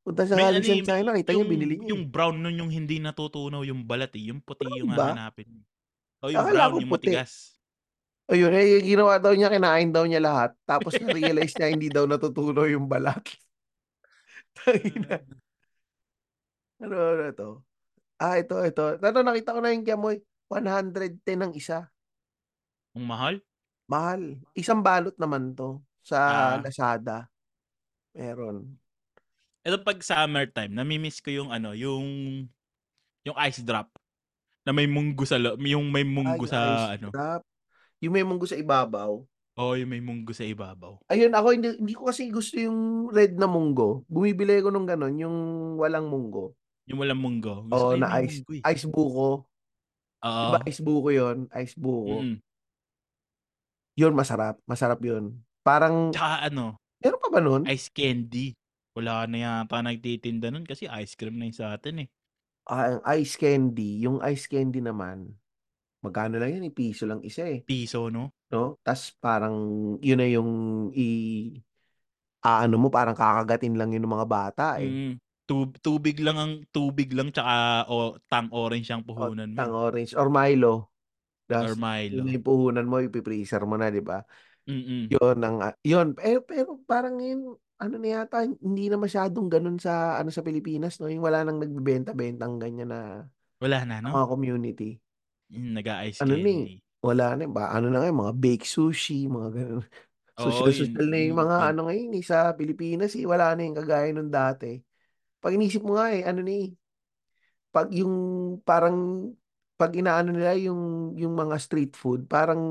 [SPEAKER 2] Punta siya
[SPEAKER 1] May
[SPEAKER 2] galing
[SPEAKER 1] ano eh,
[SPEAKER 2] siya ng
[SPEAKER 1] may-
[SPEAKER 2] China, kita niya
[SPEAKER 1] yung,
[SPEAKER 2] binili niya. eh.
[SPEAKER 1] yung brown nun yung hindi natutunaw yung balat eh. Yung puti
[SPEAKER 2] Brown
[SPEAKER 1] yung
[SPEAKER 2] ba?
[SPEAKER 1] hahanapin. O yung
[SPEAKER 2] Akala
[SPEAKER 1] brown,
[SPEAKER 2] ko
[SPEAKER 1] yung
[SPEAKER 2] puti.
[SPEAKER 1] matigas.
[SPEAKER 2] Ayun, eh, yung ginawa daw niya, kinain daw niya lahat. Tapos na-realize niya, hindi daw natutunaw yung balat. Tangina. ano, ano to? Ah, ito, ito. Ano, nakita ko na yung kiamoy. 110 ang isa.
[SPEAKER 1] Ang mahal?
[SPEAKER 2] Mahal. Isang balot naman to. Sa
[SPEAKER 1] Ah.
[SPEAKER 2] Lazada. Meron.
[SPEAKER 1] Ito pag summertime, namimiss ko yung ano, yung yung ice drop na may munggo sa lo- yung may munggo
[SPEAKER 2] Ay,
[SPEAKER 1] sa
[SPEAKER 2] ice
[SPEAKER 1] ano.
[SPEAKER 2] drop. Yung may munggo sa ibabaw.
[SPEAKER 1] Oh, yung may munggo sa ibabaw.
[SPEAKER 2] Ayun, ako hindi, hindi ko kasi gusto yung red na munggo. Bumibili ko nung ganon, yung walang munggo.
[SPEAKER 1] Yung walang munggo. Gusto
[SPEAKER 2] Oo,
[SPEAKER 1] ko yung
[SPEAKER 2] na
[SPEAKER 1] may
[SPEAKER 2] ice.
[SPEAKER 1] munggo eh.
[SPEAKER 2] Ice buko.
[SPEAKER 1] Oo.
[SPEAKER 2] Diba ice buko yon Ice buko.
[SPEAKER 1] Mm.
[SPEAKER 2] Yun, masarap. Masarap yun. Parang,
[SPEAKER 1] Tsaka ano,
[SPEAKER 2] meron pa ba nun?
[SPEAKER 1] ice candy. Wala na yata nagtitinda nun kasi ice cream na yung sa atin eh.
[SPEAKER 2] Ah, ang ice candy. Yung ice candy naman, magkano lang yun? eh, Piso lang isa eh.
[SPEAKER 1] Piso, no?
[SPEAKER 2] no? Tas parang yun na yung i aano mo parang kakagatin lang yun ng mga bata eh.
[SPEAKER 1] Mm. Tub- tubig lang ang tubig lang tsaka o, tang orange ang
[SPEAKER 2] O,
[SPEAKER 1] puhunan
[SPEAKER 2] tang
[SPEAKER 1] mo.
[SPEAKER 2] orange or Milo.
[SPEAKER 1] Or
[SPEAKER 2] Das, yun na
[SPEAKER 1] Milo.
[SPEAKER 2] yung puhunan mo, ipipreaser mo na, di ba?
[SPEAKER 1] Mm-mm.
[SPEAKER 2] Yun ang, ah, yun. Pero, pero parang yun, ano na yata, hindi na masyadong ganun sa, ano, sa Pilipinas, no? Yung wala nang nagbibenta-bentang ganyan na
[SPEAKER 1] Wala na,
[SPEAKER 2] sa
[SPEAKER 1] no?
[SPEAKER 2] mga community.
[SPEAKER 1] Mm, Naga-ice
[SPEAKER 2] Ano ni,
[SPEAKER 1] candy.
[SPEAKER 2] wala na, eh, ba, ano na nga, mga baked sushi, mga
[SPEAKER 1] Oo,
[SPEAKER 2] ganun.
[SPEAKER 1] yun.
[SPEAKER 2] Social-social na yung
[SPEAKER 1] yung
[SPEAKER 2] mga
[SPEAKER 1] pag,
[SPEAKER 2] ano ngayon eh, sa Pilipinas eh, wala na yung kagaya nung dati. Pag inisip mo nga eh, ano na eh, pag yung parang pag inaano nila yung yung mga street food, parang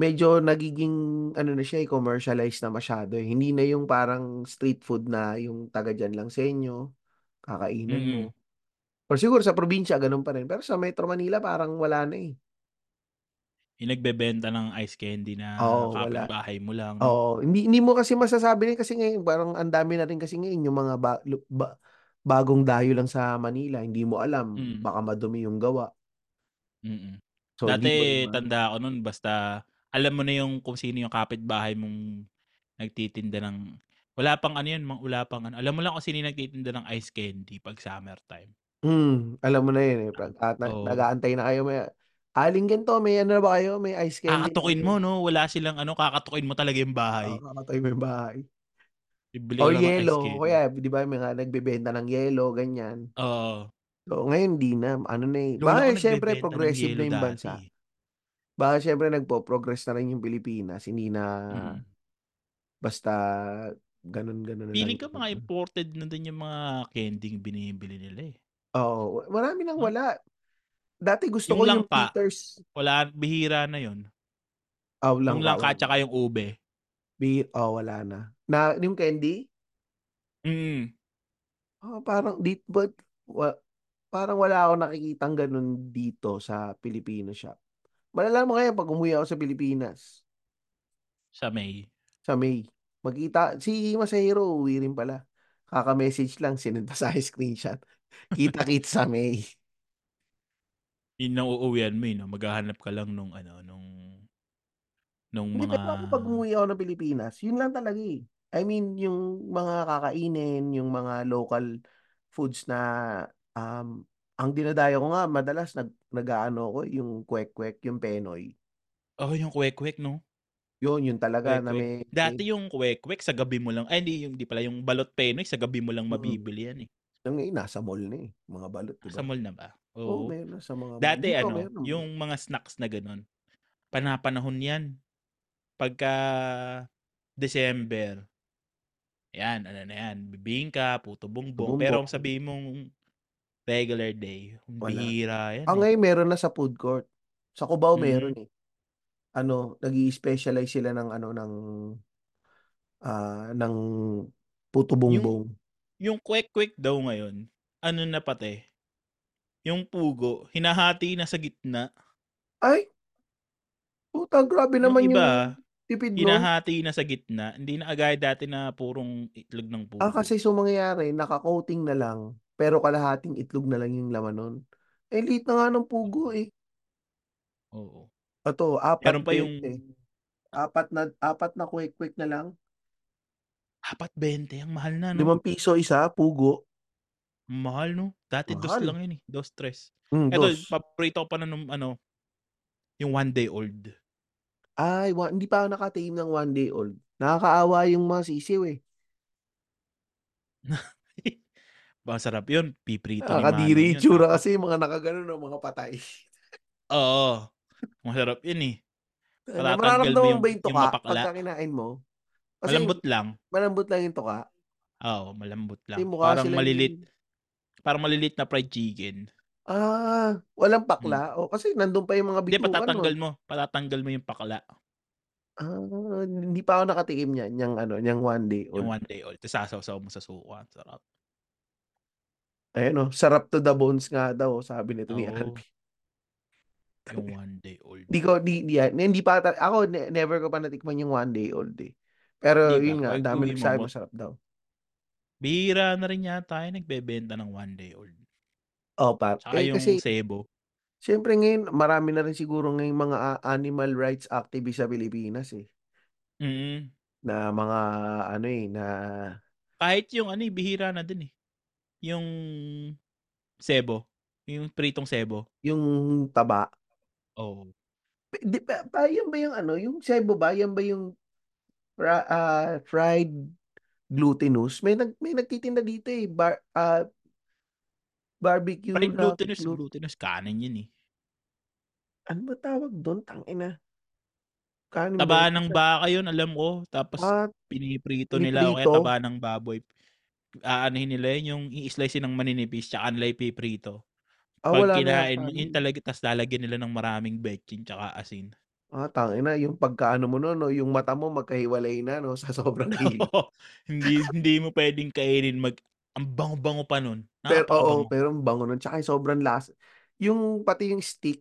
[SPEAKER 2] medyo nagiging ano na siya, eh, commercialized na masyado eh. Hindi na yung parang street food na yung taga dyan lang sa inyo, kakainin
[SPEAKER 1] mm
[SPEAKER 2] mo. Or siguro sa probinsya, ganun pa rin. Pero sa Metro Manila, parang wala na eh.
[SPEAKER 1] Yung nagbebenta ng ice candy na
[SPEAKER 2] Oo, wala.
[SPEAKER 1] kapitbahay mo lang, no?
[SPEAKER 2] Oo, hindi hindi mo kasi masasabi rin kasi ngayon parang ang dami na rin kasi ngayon yung mga ba, lu- ba- bagong dayo lang sa Manila, hindi mo alam,
[SPEAKER 1] Mm.
[SPEAKER 2] baka madumi yung gawa.
[SPEAKER 1] Mm-mm.
[SPEAKER 2] So hindi mo
[SPEAKER 1] Dati,
[SPEAKER 2] naman.
[SPEAKER 1] tanda ako nun, basta alam mo na yung kung sino yung kapitbahay mong nagtitinda ng... Wala pang ano yun, mang- wala pang ano. Alam mo lang kung sino yung nagtitinda ng ice candy pag summertime.
[SPEAKER 2] Hmm, alam mo na yun eh, pag at, na,
[SPEAKER 1] Oo.
[SPEAKER 2] nag-aantay na kayo may aling ganito, may ano na ba kayo, may ice candy na
[SPEAKER 1] Kakatukin
[SPEAKER 2] kayo.
[SPEAKER 1] mo, no? Wala silang ano, kakatukin mo talaga yung
[SPEAKER 2] Oo,
[SPEAKER 1] bahay.
[SPEAKER 2] kakatay mo yung bahay.
[SPEAKER 1] Bibili
[SPEAKER 2] Or
[SPEAKER 1] ka lang ng ice
[SPEAKER 2] yelo,
[SPEAKER 1] candy.
[SPEAKER 2] kaya 'di ba may mga nagbebenta ng yelo, ganyan.
[SPEAKER 1] Oo.
[SPEAKER 2] So ngayon di na, ano na eh.
[SPEAKER 1] Lola ko
[SPEAKER 2] Baka syempre
[SPEAKER 1] nagbebenta ng
[SPEAKER 2] progressive
[SPEAKER 1] yelo
[SPEAKER 2] na yung bansa.
[SPEAKER 1] dati. eh.
[SPEAKER 2] Baka syempre nagpo-progress na rin yung Pilipinas, hindi na
[SPEAKER 1] Mm.
[SPEAKER 2] basta ganun-ganun na lang. ano.
[SPEAKER 1] Feeling ko mga imported na din yung mga candy yung binibili nila eh.
[SPEAKER 2] Oo, marami nang
[SPEAKER 1] No?
[SPEAKER 2] wala. Dati gusto
[SPEAKER 1] Yung
[SPEAKER 2] ko yung
[SPEAKER 1] langka,
[SPEAKER 2] Peters.
[SPEAKER 1] wala, bihira na yun.
[SPEAKER 2] Oh,
[SPEAKER 1] Yung
[SPEAKER 2] lang ka.
[SPEAKER 1] langka tsaka yung ube.
[SPEAKER 2] Beer. Oh, wala na. Na yung candy?
[SPEAKER 1] Mm.
[SPEAKER 2] Oh, parang dit but wa- parang wala ako nakikitang ganun dito sa Filipino shop. Malalaman mo kaya pag umuwi ako sa Pilipinas,
[SPEAKER 1] Sa May.
[SPEAKER 2] sa May. Magkita si Masahiro uwi rin pala. Kaka-message lang sinenda sa akin screenshot. Kita-kit sa May.
[SPEAKER 1] Yun ang uuwian mo eh, no? Maghahanap ka lang nung ano, nung, nung
[SPEAKER 2] Hindi
[SPEAKER 1] mga,
[SPEAKER 2] pero ako pag umuwi ako ng Pilipinas, yun lang talaga eh. I mean, yung mga kakainin, yung mga local foods na um, ang dinadayo ko nga, madalas nag, nag-ano ko, yung kwek-kwek, yung penoy.
[SPEAKER 1] Oh, yung kwek-kwek, no?
[SPEAKER 2] Yun, yun talaga na may...
[SPEAKER 1] Kwek-kwek. Dati yung kwek-kwek, sa gabi mo lang. Ay, hindi, yung, di pala. Yung balot penoy, sa gabi mo lang
[SPEAKER 2] Mm.
[SPEAKER 1] mabibili yan eh.
[SPEAKER 2] Yung ano ngayon, nasa mall na eh. Mga balot, diba?
[SPEAKER 1] Sa mall na ba?
[SPEAKER 2] Oo,
[SPEAKER 1] Oo.
[SPEAKER 2] Oh, meron na sa mga mall.
[SPEAKER 1] Dati
[SPEAKER 2] Dito,
[SPEAKER 1] ano,
[SPEAKER 2] meron.
[SPEAKER 1] yung mga snacks na ganun. Panapanahon 'yan. Pagka December. Yan, ano na yan. Bibingka, puto bongbong.
[SPEAKER 2] Puto
[SPEAKER 1] Pero kung
[SPEAKER 2] bongbong.
[SPEAKER 1] sabihin mong regular day,
[SPEAKER 2] Wala.
[SPEAKER 1] bihira yan.
[SPEAKER 2] Ah,
[SPEAKER 1] eh.
[SPEAKER 2] ngayon meron na sa food court. Sa Cubao
[SPEAKER 1] Mm.
[SPEAKER 2] meron eh. Ano, nag specialize sila ng ano ng ah ng puto bongbong.
[SPEAKER 1] Yung quick-quick daw ngayon, ano na pati, yung pugo, hinahati na sa gitna.
[SPEAKER 2] Ay. Puta, grabe naman
[SPEAKER 1] yung
[SPEAKER 2] yung,
[SPEAKER 1] iba,
[SPEAKER 2] tipid nun.
[SPEAKER 1] hinahati na sa gitna. Hindi na agay dati na purong itlog ng pugo.
[SPEAKER 2] Ah, kasi so mangyayari, naka-coating na lang, pero kalahating itlog na lang yung laman nun. Eh, liit na nga ng pugo eh.
[SPEAKER 1] Oo.
[SPEAKER 2] Ato, apat
[SPEAKER 1] Meron pa yung
[SPEAKER 2] bit, eh. Apat na, apat na quick-quick na lang.
[SPEAKER 1] 4.20, ang mahal na, no?
[SPEAKER 2] Limang piso isa, pugo.
[SPEAKER 1] Ang Mahal, no? Dati dos
[SPEAKER 2] Mahal.
[SPEAKER 1] lang yun eh. Dos, tres.
[SPEAKER 2] Mm,
[SPEAKER 1] Ito,
[SPEAKER 2] dos.
[SPEAKER 1] paborito ko pa na nung ano, yung one day old.
[SPEAKER 2] Ay, wa- hindi pa ako nakataim ng one day old. Nakakaawa yung mga sisiw eh.
[SPEAKER 1] Masarap yun.
[SPEAKER 2] Ah,
[SPEAKER 1] Piprito ni ah. Manong
[SPEAKER 2] Nakakadiri
[SPEAKER 1] yun.
[SPEAKER 2] itsura kasi yung mga nakagano ng mga patay.
[SPEAKER 1] Oo. Masarap yun eh. Patatanggal mo
[SPEAKER 2] Mararamdaman mo
[SPEAKER 1] yung-
[SPEAKER 2] ba yung
[SPEAKER 1] yung
[SPEAKER 2] tuka
[SPEAKER 1] mapakla.
[SPEAKER 2] pagka kinain mo? Kasi
[SPEAKER 1] Malambot lang.
[SPEAKER 2] malambot lang yung tuka.
[SPEAKER 1] Oo, malambot lang.
[SPEAKER 2] Kasi mukha
[SPEAKER 1] Parang
[SPEAKER 2] sila
[SPEAKER 1] malilit,
[SPEAKER 2] yung-
[SPEAKER 1] parang malilit na fried chicken.
[SPEAKER 2] Ah, walang pakla. O, kasi nandun pa yung mga
[SPEAKER 1] Hmm. Hindi,
[SPEAKER 2] bitukan
[SPEAKER 1] patatanggal
[SPEAKER 2] nun.
[SPEAKER 1] mo. Patatanggal mo yung pakla.
[SPEAKER 2] Ah, hindi pa ako nakatikim niyan, yung ano, yung one day
[SPEAKER 1] Yung
[SPEAKER 2] old.
[SPEAKER 1] one day old. Tapos sasaw mo sa suko. Ang sarap.
[SPEAKER 2] Ayun oh, sarap to the bones nga daw, sabi nito ni
[SPEAKER 1] Oo.
[SPEAKER 2] Alvin.
[SPEAKER 1] Yung one day old.
[SPEAKER 2] Di ko di, di hindi pa ata- ako ne- never ko pa natikman yung one day old eh. Pero
[SPEAKER 1] Di ba?
[SPEAKER 2] yun nga,
[SPEAKER 1] Pag
[SPEAKER 2] dami
[SPEAKER 1] uwi mo,
[SPEAKER 2] nagsabi
[SPEAKER 1] mo-
[SPEAKER 2] masarap daw.
[SPEAKER 1] Bihira na rin yata yung nagbebenta ng one day old.
[SPEAKER 2] Oh, par.
[SPEAKER 1] Tsaka
[SPEAKER 2] Eh
[SPEAKER 1] yung
[SPEAKER 2] kasi
[SPEAKER 1] sebo.
[SPEAKER 2] Siyempre ngayon, marami na rin siguro ngayong mga a- animal rights activists sa Pilipinas eh.
[SPEAKER 1] Mm.
[SPEAKER 2] Na mga ano eh, na
[SPEAKER 1] Kahit yung ano, eh, bihira na din eh. Yung sebo. Yung pritong sebo.
[SPEAKER 2] yung taba.
[SPEAKER 1] Oo.
[SPEAKER 2] P- Di, pa, pa, yan ba yung ano, yung sebo ba? Yan ba yung fra- ah, fried glutinous? May, nag, may nagtitinda dito eh. Bar, ah, barbecue
[SPEAKER 1] Fried
[SPEAKER 2] na
[SPEAKER 1] glutinous,
[SPEAKER 2] glu-
[SPEAKER 1] glutinous kanin yun eh.
[SPEAKER 2] Ano ba tawag doon? Tangina. Kanin ba?
[SPEAKER 1] Taba ng baka yun, alam ko. Tapos
[SPEAKER 2] Ah,
[SPEAKER 1] piniprito nila o kaya
[SPEAKER 2] piniprito?
[SPEAKER 1] taba ng baboy. Aanohin nila yun, yung i-slice yun ng maninipis, tsaka nila ipiprito.
[SPEAKER 2] ah,
[SPEAKER 1] Pag
[SPEAKER 2] wala na
[SPEAKER 1] kinain
[SPEAKER 2] yata
[SPEAKER 1] mo, yun
[SPEAKER 2] nun.
[SPEAKER 1] talaga, tas lalagyan nila ng maraming betchin tsaka asin.
[SPEAKER 2] Ah, tangina. Yung pagkaano mo no, no, yung mata mo magkahiwalay na no, sa sobrang hilo.
[SPEAKER 1] hindi hindi mo pwedeng kainin mag ang bango-bango pa nun.
[SPEAKER 2] Pero oo,
[SPEAKER 1] Napakabango.
[SPEAKER 2] pero ang bango nun. Tsaka yung sobrang lasa. Yung pati yung stick,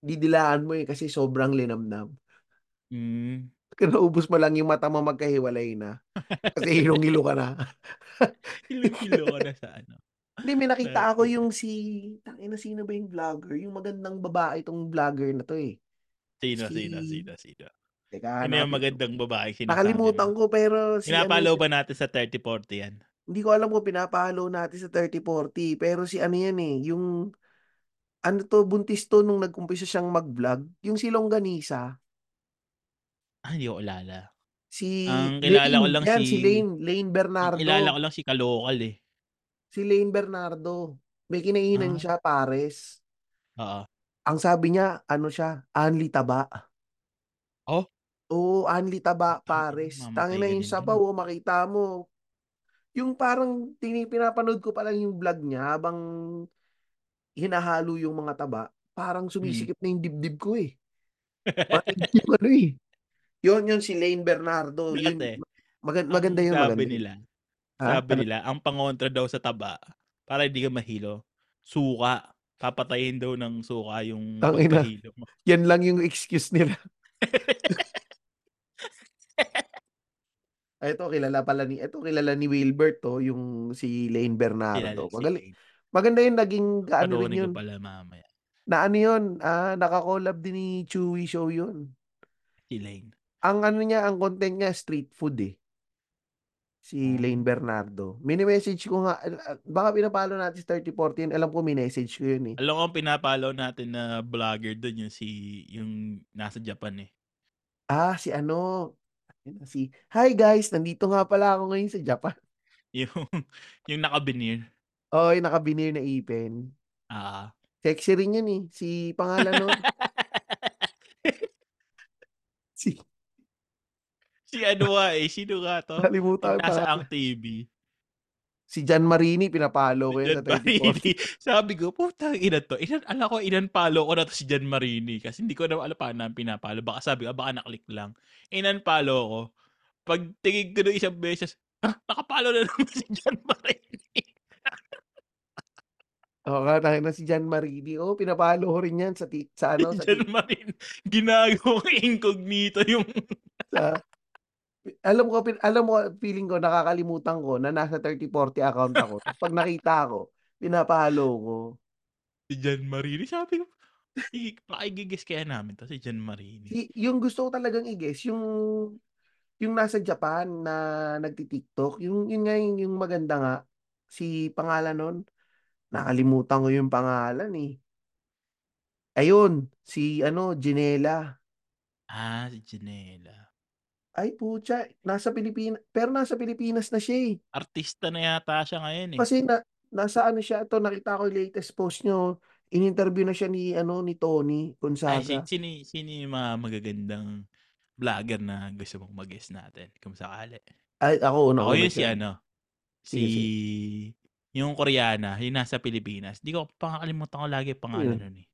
[SPEAKER 2] didilaan mo eh kasi sobrang linamnam.
[SPEAKER 1] Mm.
[SPEAKER 2] Kaya naubos mo lang yung mata mo magkahiwalay na. Kasi hilong-hilo ka na.
[SPEAKER 1] Hilo-hilo ka na sa ano.
[SPEAKER 2] Hindi, may nakita ako
[SPEAKER 1] Nakikita.
[SPEAKER 2] yung si... Tangina, sino ba yung vlogger? Yung magandang babae itong vlogger na to eh.
[SPEAKER 1] Sino,
[SPEAKER 2] Si-
[SPEAKER 1] sino, sino, sino. Ano yung
[SPEAKER 2] Teka, hanapin ko.
[SPEAKER 1] magandang babae sinasabi
[SPEAKER 2] Nakalimutan
[SPEAKER 1] mo?
[SPEAKER 2] ko pero si ano
[SPEAKER 1] Pinapalaw
[SPEAKER 2] yun.
[SPEAKER 1] ba natin sa 30-40 yan?
[SPEAKER 2] Hindi ko alam kung pinapahalo natin sa 30-40. Pero si ano yan eh. Yung ano to, buntis to nung nagkumpisa siyang mag-vlog. Yung si Longganisa.
[SPEAKER 1] Ah, hindi ko alala.
[SPEAKER 2] si
[SPEAKER 1] Ang kilala ko
[SPEAKER 2] Lane,
[SPEAKER 1] lang
[SPEAKER 2] yan
[SPEAKER 1] si...
[SPEAKER 2] si Lane, Lane
[SPEAKER 1] Ang kilala
[SPEAKER 2] Bernardo,
[SPEAKER 1] ko lang si Kalokal eh.
[SPEAKER 2] si Lane Bernardo. May kinainan
[SPEAKER 1] Ah.
[SPEAKER 2] siya, pares.
[SPEAKER 1] Oo.
[SPEAKER 2] Ang sabi niya, ano siya, Anli Taba.
[SPEAKER 1] Oh,
[SPEAKER 2] Oo, Anli
[SPEAKER 1] putang
[SPEAKER 2] Taba,
[SPEAKER 1] ina,
[SPEAKER 2] pares.
[SPEAKER 1] mamatay
[SPEAKER 2] Tangin
[SPEAKER 1] ka
[SPEAKER 2] na yung
[SPEAKER 1] din
[SPEAKER 2] sabaw,
[SPEAKER 1] dun.
[SPEAKER 2] oh, makita mo. Yung parang tini- pinapanood ko pa lang yung vlog niya habang hinahalo yung mga taba, parang
[SPEAKER 1] Hmm.
[SPEAKER 2] sumisikip na yung dibdib ko eh. Parang yung ano eh. Yun, yun si Lane Bernardo. Yun,
[SPEAKER 1] Dati,
[SPEAKER 2] magan- maganda
[SPEAKER 1] ang
[SPEAKER 2] yun,
[SPEAKER 1] sabi
[SPEAKER 2] maganda yun. Ah,
[SPEAKER 1] nila,
[SPEAKER 2] Ha? Ano?
[SPEAKER 1] sabi nila, ang pangontra daw sa taba, para hindi ka mahilo, suka. Papatayin daw ng suka yung
[SPEAKER 2] Tangina.
[SPEAKER 1] pagkahilo mo.
[SPEAKER 2] Yan lang yung excuse nila. Ay, Ah, ito kilala pala ni ito kilala ni Wilbert to yung si Lane
[SPEAKER 1] kilala si
[SPEAKER 2] Bernardo. Magaling.
[SPEAKER 1] Lane.
[SPEAKER 2] Maganda yung naging ano rin
[SPEAKER 1] Panunin ko
[SPEAKER 2] yun.
[SPEAKER 1] pala mamaya.
[SPEAKER 2] Na ano yun? Ah, naka-collab din ni Chewy Show yun.
[SPEAKER 1] Si Lane.
[SPEAKER 2] Ang ano niya, ang content niya street food eh. si
[SPEAKER 1] Hmm.
[SPEAKER 2] Lane Bernardo. Mini-message ko nga, ah, baka pinapalo natin si 3014, alam ko mini-message ko yun eh.
[SPEAKER 1] Alam ko ang pinapalo natin na vlogger doon yung si yung nasa Japan eh.
[SPEAKER 2] Ah, si ano, ayun, si, hi guys, nandito nga pala ako ngayon sa Japan.
[SPEAKER 1] Yung yung nakabinir.
[SPEAKER 2] Oh, yung nakabinir na ipin.
[SPEAKER 1] Ah.
[SPEAKER 2] Sexy rin yun eh, si pangalan
[SPEAKER 1] Oh,
[SPEAKER 2] nun. si,
[SPEAKER 1] si ano nga eh, sino nga
[SPEAKER 2] Ano
[SPEAKER 1] to?
[SPEAKER 2] nalimutan ko
[SPEAKER 1] Nasa
[SPEAKER 2] pa.
[SPEAKER 1] ang TV.
[SPEAKER 2] Si Jan Marini, pinapalo ko yun
[SPEAKER 1] Jan
[SPEAKER 2] sa 3014.
[SPEAKER 1] Marini. Sabi ko, puta, inan to. Inan, alam ko, inan palo ko na to si Jan Marini. Kasi hindi ko na alam paano ang pinapalo. Baka sabi ko, ah, baka naklik lang. Inan palo ko. Pag tingin ko na isang beses, ah, nakapalo na naman si Jan Marini.
[SPEAKER 2] Oo, oh, na si Jan Marini. Oh, pinapalo ko rin yan sa, ti- sa ano, sa,
[SPEAKER 1] Jan Marini. Ginagawang incognito yung
[SPEAKER 2] sa alam ko pin- alam mo feeling ko nakakalimutan ko na nasa 3040 account ako. Tapos pag nakita ko, pinapahalo ko.
[SPEAKER 1] si Jan Marini. Sabi ko, "Sige, makigigis kaya namin to si Jan Marini.
[SPEAKER 2] Y- yung gusto ko talagang i-guess yung yung nasa Japan na nagti-TikTok, yung yun nga yung, yung maganda nga si pangalan nun. Nakalimutan ko yung pangalan eh. Ayun, si ano, Janela.
[SPEAKER 1] Ah, si Janela.
[SPEAKER 2] Ay, pucha, nasa Pilipinas, pero nasa Pilipinas na siya eh.
[SPEAKER 1] Artista na yata siya ngayon eh.
[SPEAKER 2] Kasi na, nasa ano siya to nakita ko yung latest post nyo, in-interview na siya ni ano ni
[SPEAKER 1] Ay,
[SPEAKER 2] Tony
[SPEAKER 1] si,
[SPEAKER 2] Gonzaga.
[SPEAKER 1] sino, y- sino yung mga magagandang vlogger na gusto mong mag-guess natin? Kung sakali.
[SPEAKER 2] Ay, ako una
[SPEAKER 1] Ako
[SPEAKER 2] una
[SPEAKER 1] yun si
[SPEAKER 2] siya.
[SPEAKER 1] ano. Si...
[SPEAKER 2] Sige,
[SPEAKER 1] Yung Koreana, yung nasa Pilipinas. Di ko pakakalimutan ko lagi pangalan
[SPEAKER 2] Sino
[SPEAKER 1] nun eh.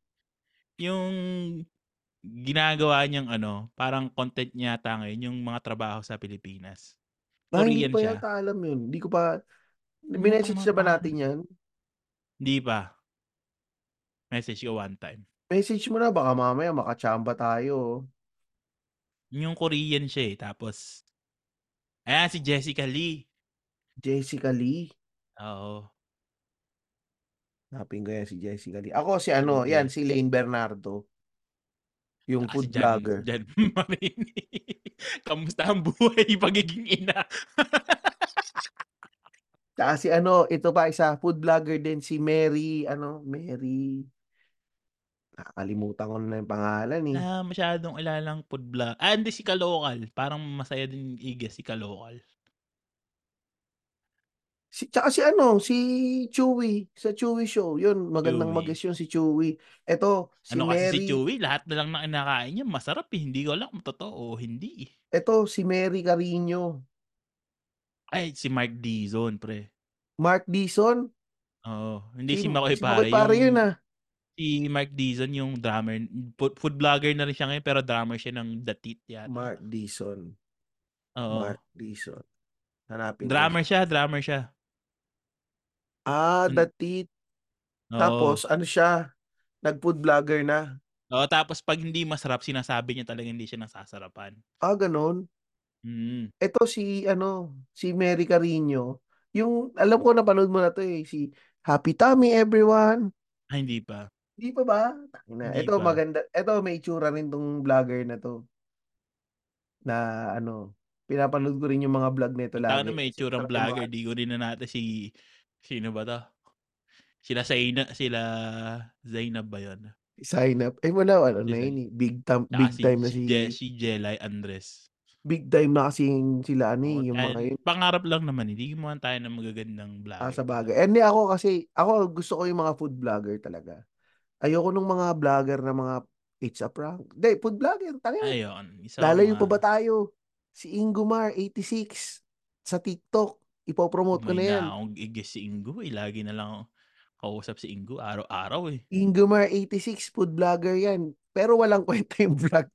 [SPEAKER 1] Yung ginagawa niyang ano, parang content niya ata ngayon, yung mga trabaho sa Pilipinas.
[SPEAKER 2] Ah, hindi
[SPEAKER 1] Korean
[SPEAKER 2] pa
[SPEAKER 1] siya.
[SPEAKER 2] yata alam yun. Hindi ko pa
[SPEAKER 1] ko
[SPEAKER 2] Binessage na ba
[SPEAKER 1] mapaan.
[SPEAKER 2] natin yan?
[SPEAKER 1] Hindi pa. Message ko one time.
[SPEAKER 2] Message mo na baka mamaya makachamba tayo.
[SPEAKER 1] Yung Korean siya eh. Tapos, ayan si Jessica Lee.
[SPEAKER 2] Jessica Lee.
[SPEAKER 1] Oo.
[SPEAKER 2] Napin ko yan si Jessica Lee. Ako si ano, yan si Lane Bernardo. Yung
[SPEAKER 1] Saka
[SPEAKER 2] food
[SPEAKER 1] si Jan,
[SPEAKER 2] vlogger.
[SPEAKER 1] Jan Marini. Kamusta ang buhay pagiging ina?
[SPEAKER 2] Tsaka si ano, ito pa isa, food vlogger din si Mary, ano, Mary. Nakalimutan ko na yung pangalan eh.
[SPEAKER 1] Na Ah, masyadong ilalang food vlog. Ah, hindi si Kalokal. Parang masaya din iga si Kalokal.
[SPEAKER 2] Si, tsaka si ano, si Chewy, sa Chewy Show. Yun, magandang
[SPEAKER 1] Chewy.
[SPEAKER 2] mag-guess yun si Chewy. Ito, si
[SPEAKER 1] ano kasi
[SPEAKER 2] Mary.
[SPEAKER 1] si Chewy, lahat na lang na kinakain niya, masarap eh. Hindi ko alam kung totoo o hindi eh.
[SPEAKER 2] Ito, si Mary Carino.
[SPEAKER 1] Ay, si Mark Dizon, pre.
[SPEAKER 2] Mark Dizon.
[SPEAKER 1] Oo. Hindi si,
[SPEAKER 2] si
[SPEAKER 1] Makoy
[SPEAKER 2] si
[SPEAKER 1] Pare.
[SPEAKER 2] Makoy Pare
[SPEAKER 1] yung-
[SPEAKER 2] yun ah.
[SPEAKER 1] Si Mark Dizon, yung drummer. Food food vlogger na rin siya ngayon, pero drummer siya ng Datit yata.
[SPEAKER 2] Mark Dizon.
[SPEAKER 1] Oo.
[SPEAKER 2] Mark Dizon. Hanapin ko.
[SPEAKER 1] Drummer siya, drummer siya.
[SPEAKER 2] Ah,
[SPEAKER 1] An-
[SPEAKER 2] dati.
[SPEAKER 1] Oo.
[SPEAKER 2] Tapos, ano siya? Nag-food vlogger na.
[SPEAKER 1] Oo, tapos pag hindi masarap, sinasabi niya talaga hindi siya nasasarapan.
[SPEAKER 2] Ah, ganun.
[SPEAKER 1] Mm.
[SPEAKER 2] Ito si, ano, si Mary Carino. Yung, alam ko napanood mo na to eh. Si Happy Tummy, everyone.
[SPEAKER 1] Ay, hindi pa.
[SPEAKER 2] Di pa ba? Tangina.
[SPEAKER 1] Hindi
[SPEAKER 2] Ito
[SPEAKER 1] pa.
[SPEAKER 2] maganda. Ito may itsura rin tong vlogger na to. Na ano, pinapanood ko rin yung mga vlog
[SPEAKER 1] Taka
[SPEAKER 2] nito lagi.
[SPEAKER 1] na ano, may
[SPEAKER 2] Kasi
[SPEAKER 1] itsurang
[SPEAKER 2] sarap yung
[SPEAKER 1] vlogger,
[SPEAKER 2] mga-
[SPEAKER 1] di ko rin na natin si... Sino ba to? Sila Zaina, sila Zainab ba yun?
[SPEAKER 2] Sign up. Ay wala, ano na
[SPEAKER 1] Yes,
[SPEAKER 2] yun eh. Big time,
[SPEAKER 1] Tsaka
[SPEAKER 2] big time na
[SPEAKER 1] si,
[SPEAKER 2] si,
[SPEAKER 1] Je- si Jelay Andres.
[SPEAKER 2] big time na kasi sila ano eh,
[SPEAKER 1] Oo,
[SPEAKER 2] yung
[SPEAKER 1] tayo-
[SPEAKER 2] mga yun.
[SPEAKER 1] Pangarap lang naman, hindi gumawa tayo ng magagandang vlogger.
[SPEAKER 2] Ah, sa bagay. Eh, hindi ako kasi, ako gusto ko yung mga food vlogger talaga. Ayoko nung mga vlogger na mga it's a prank. Hindi, food vlogger, tangin.
[SPEAKER 1] Ayun, isa
[SPEAKER 2] Lalayo
[SPEAKER 1] akong,
[SPEAKER 2] pa ba
[SPEAKER 1] ah,
[SPEAKER 2] tayo? Si Ingomar, 86, sa TikTok. Ipopromote ko
[SPEAKER 1] May
[SPEAKER 2] na yan.
[SPEAKER 1] na akong igis si Ingo eh. Lagi na lang ako kausap si Ingo araw-araw eh.
[SPEAKER 2] Ingomar 86 food vlogger yan. Pero walang kwenta yung vlog.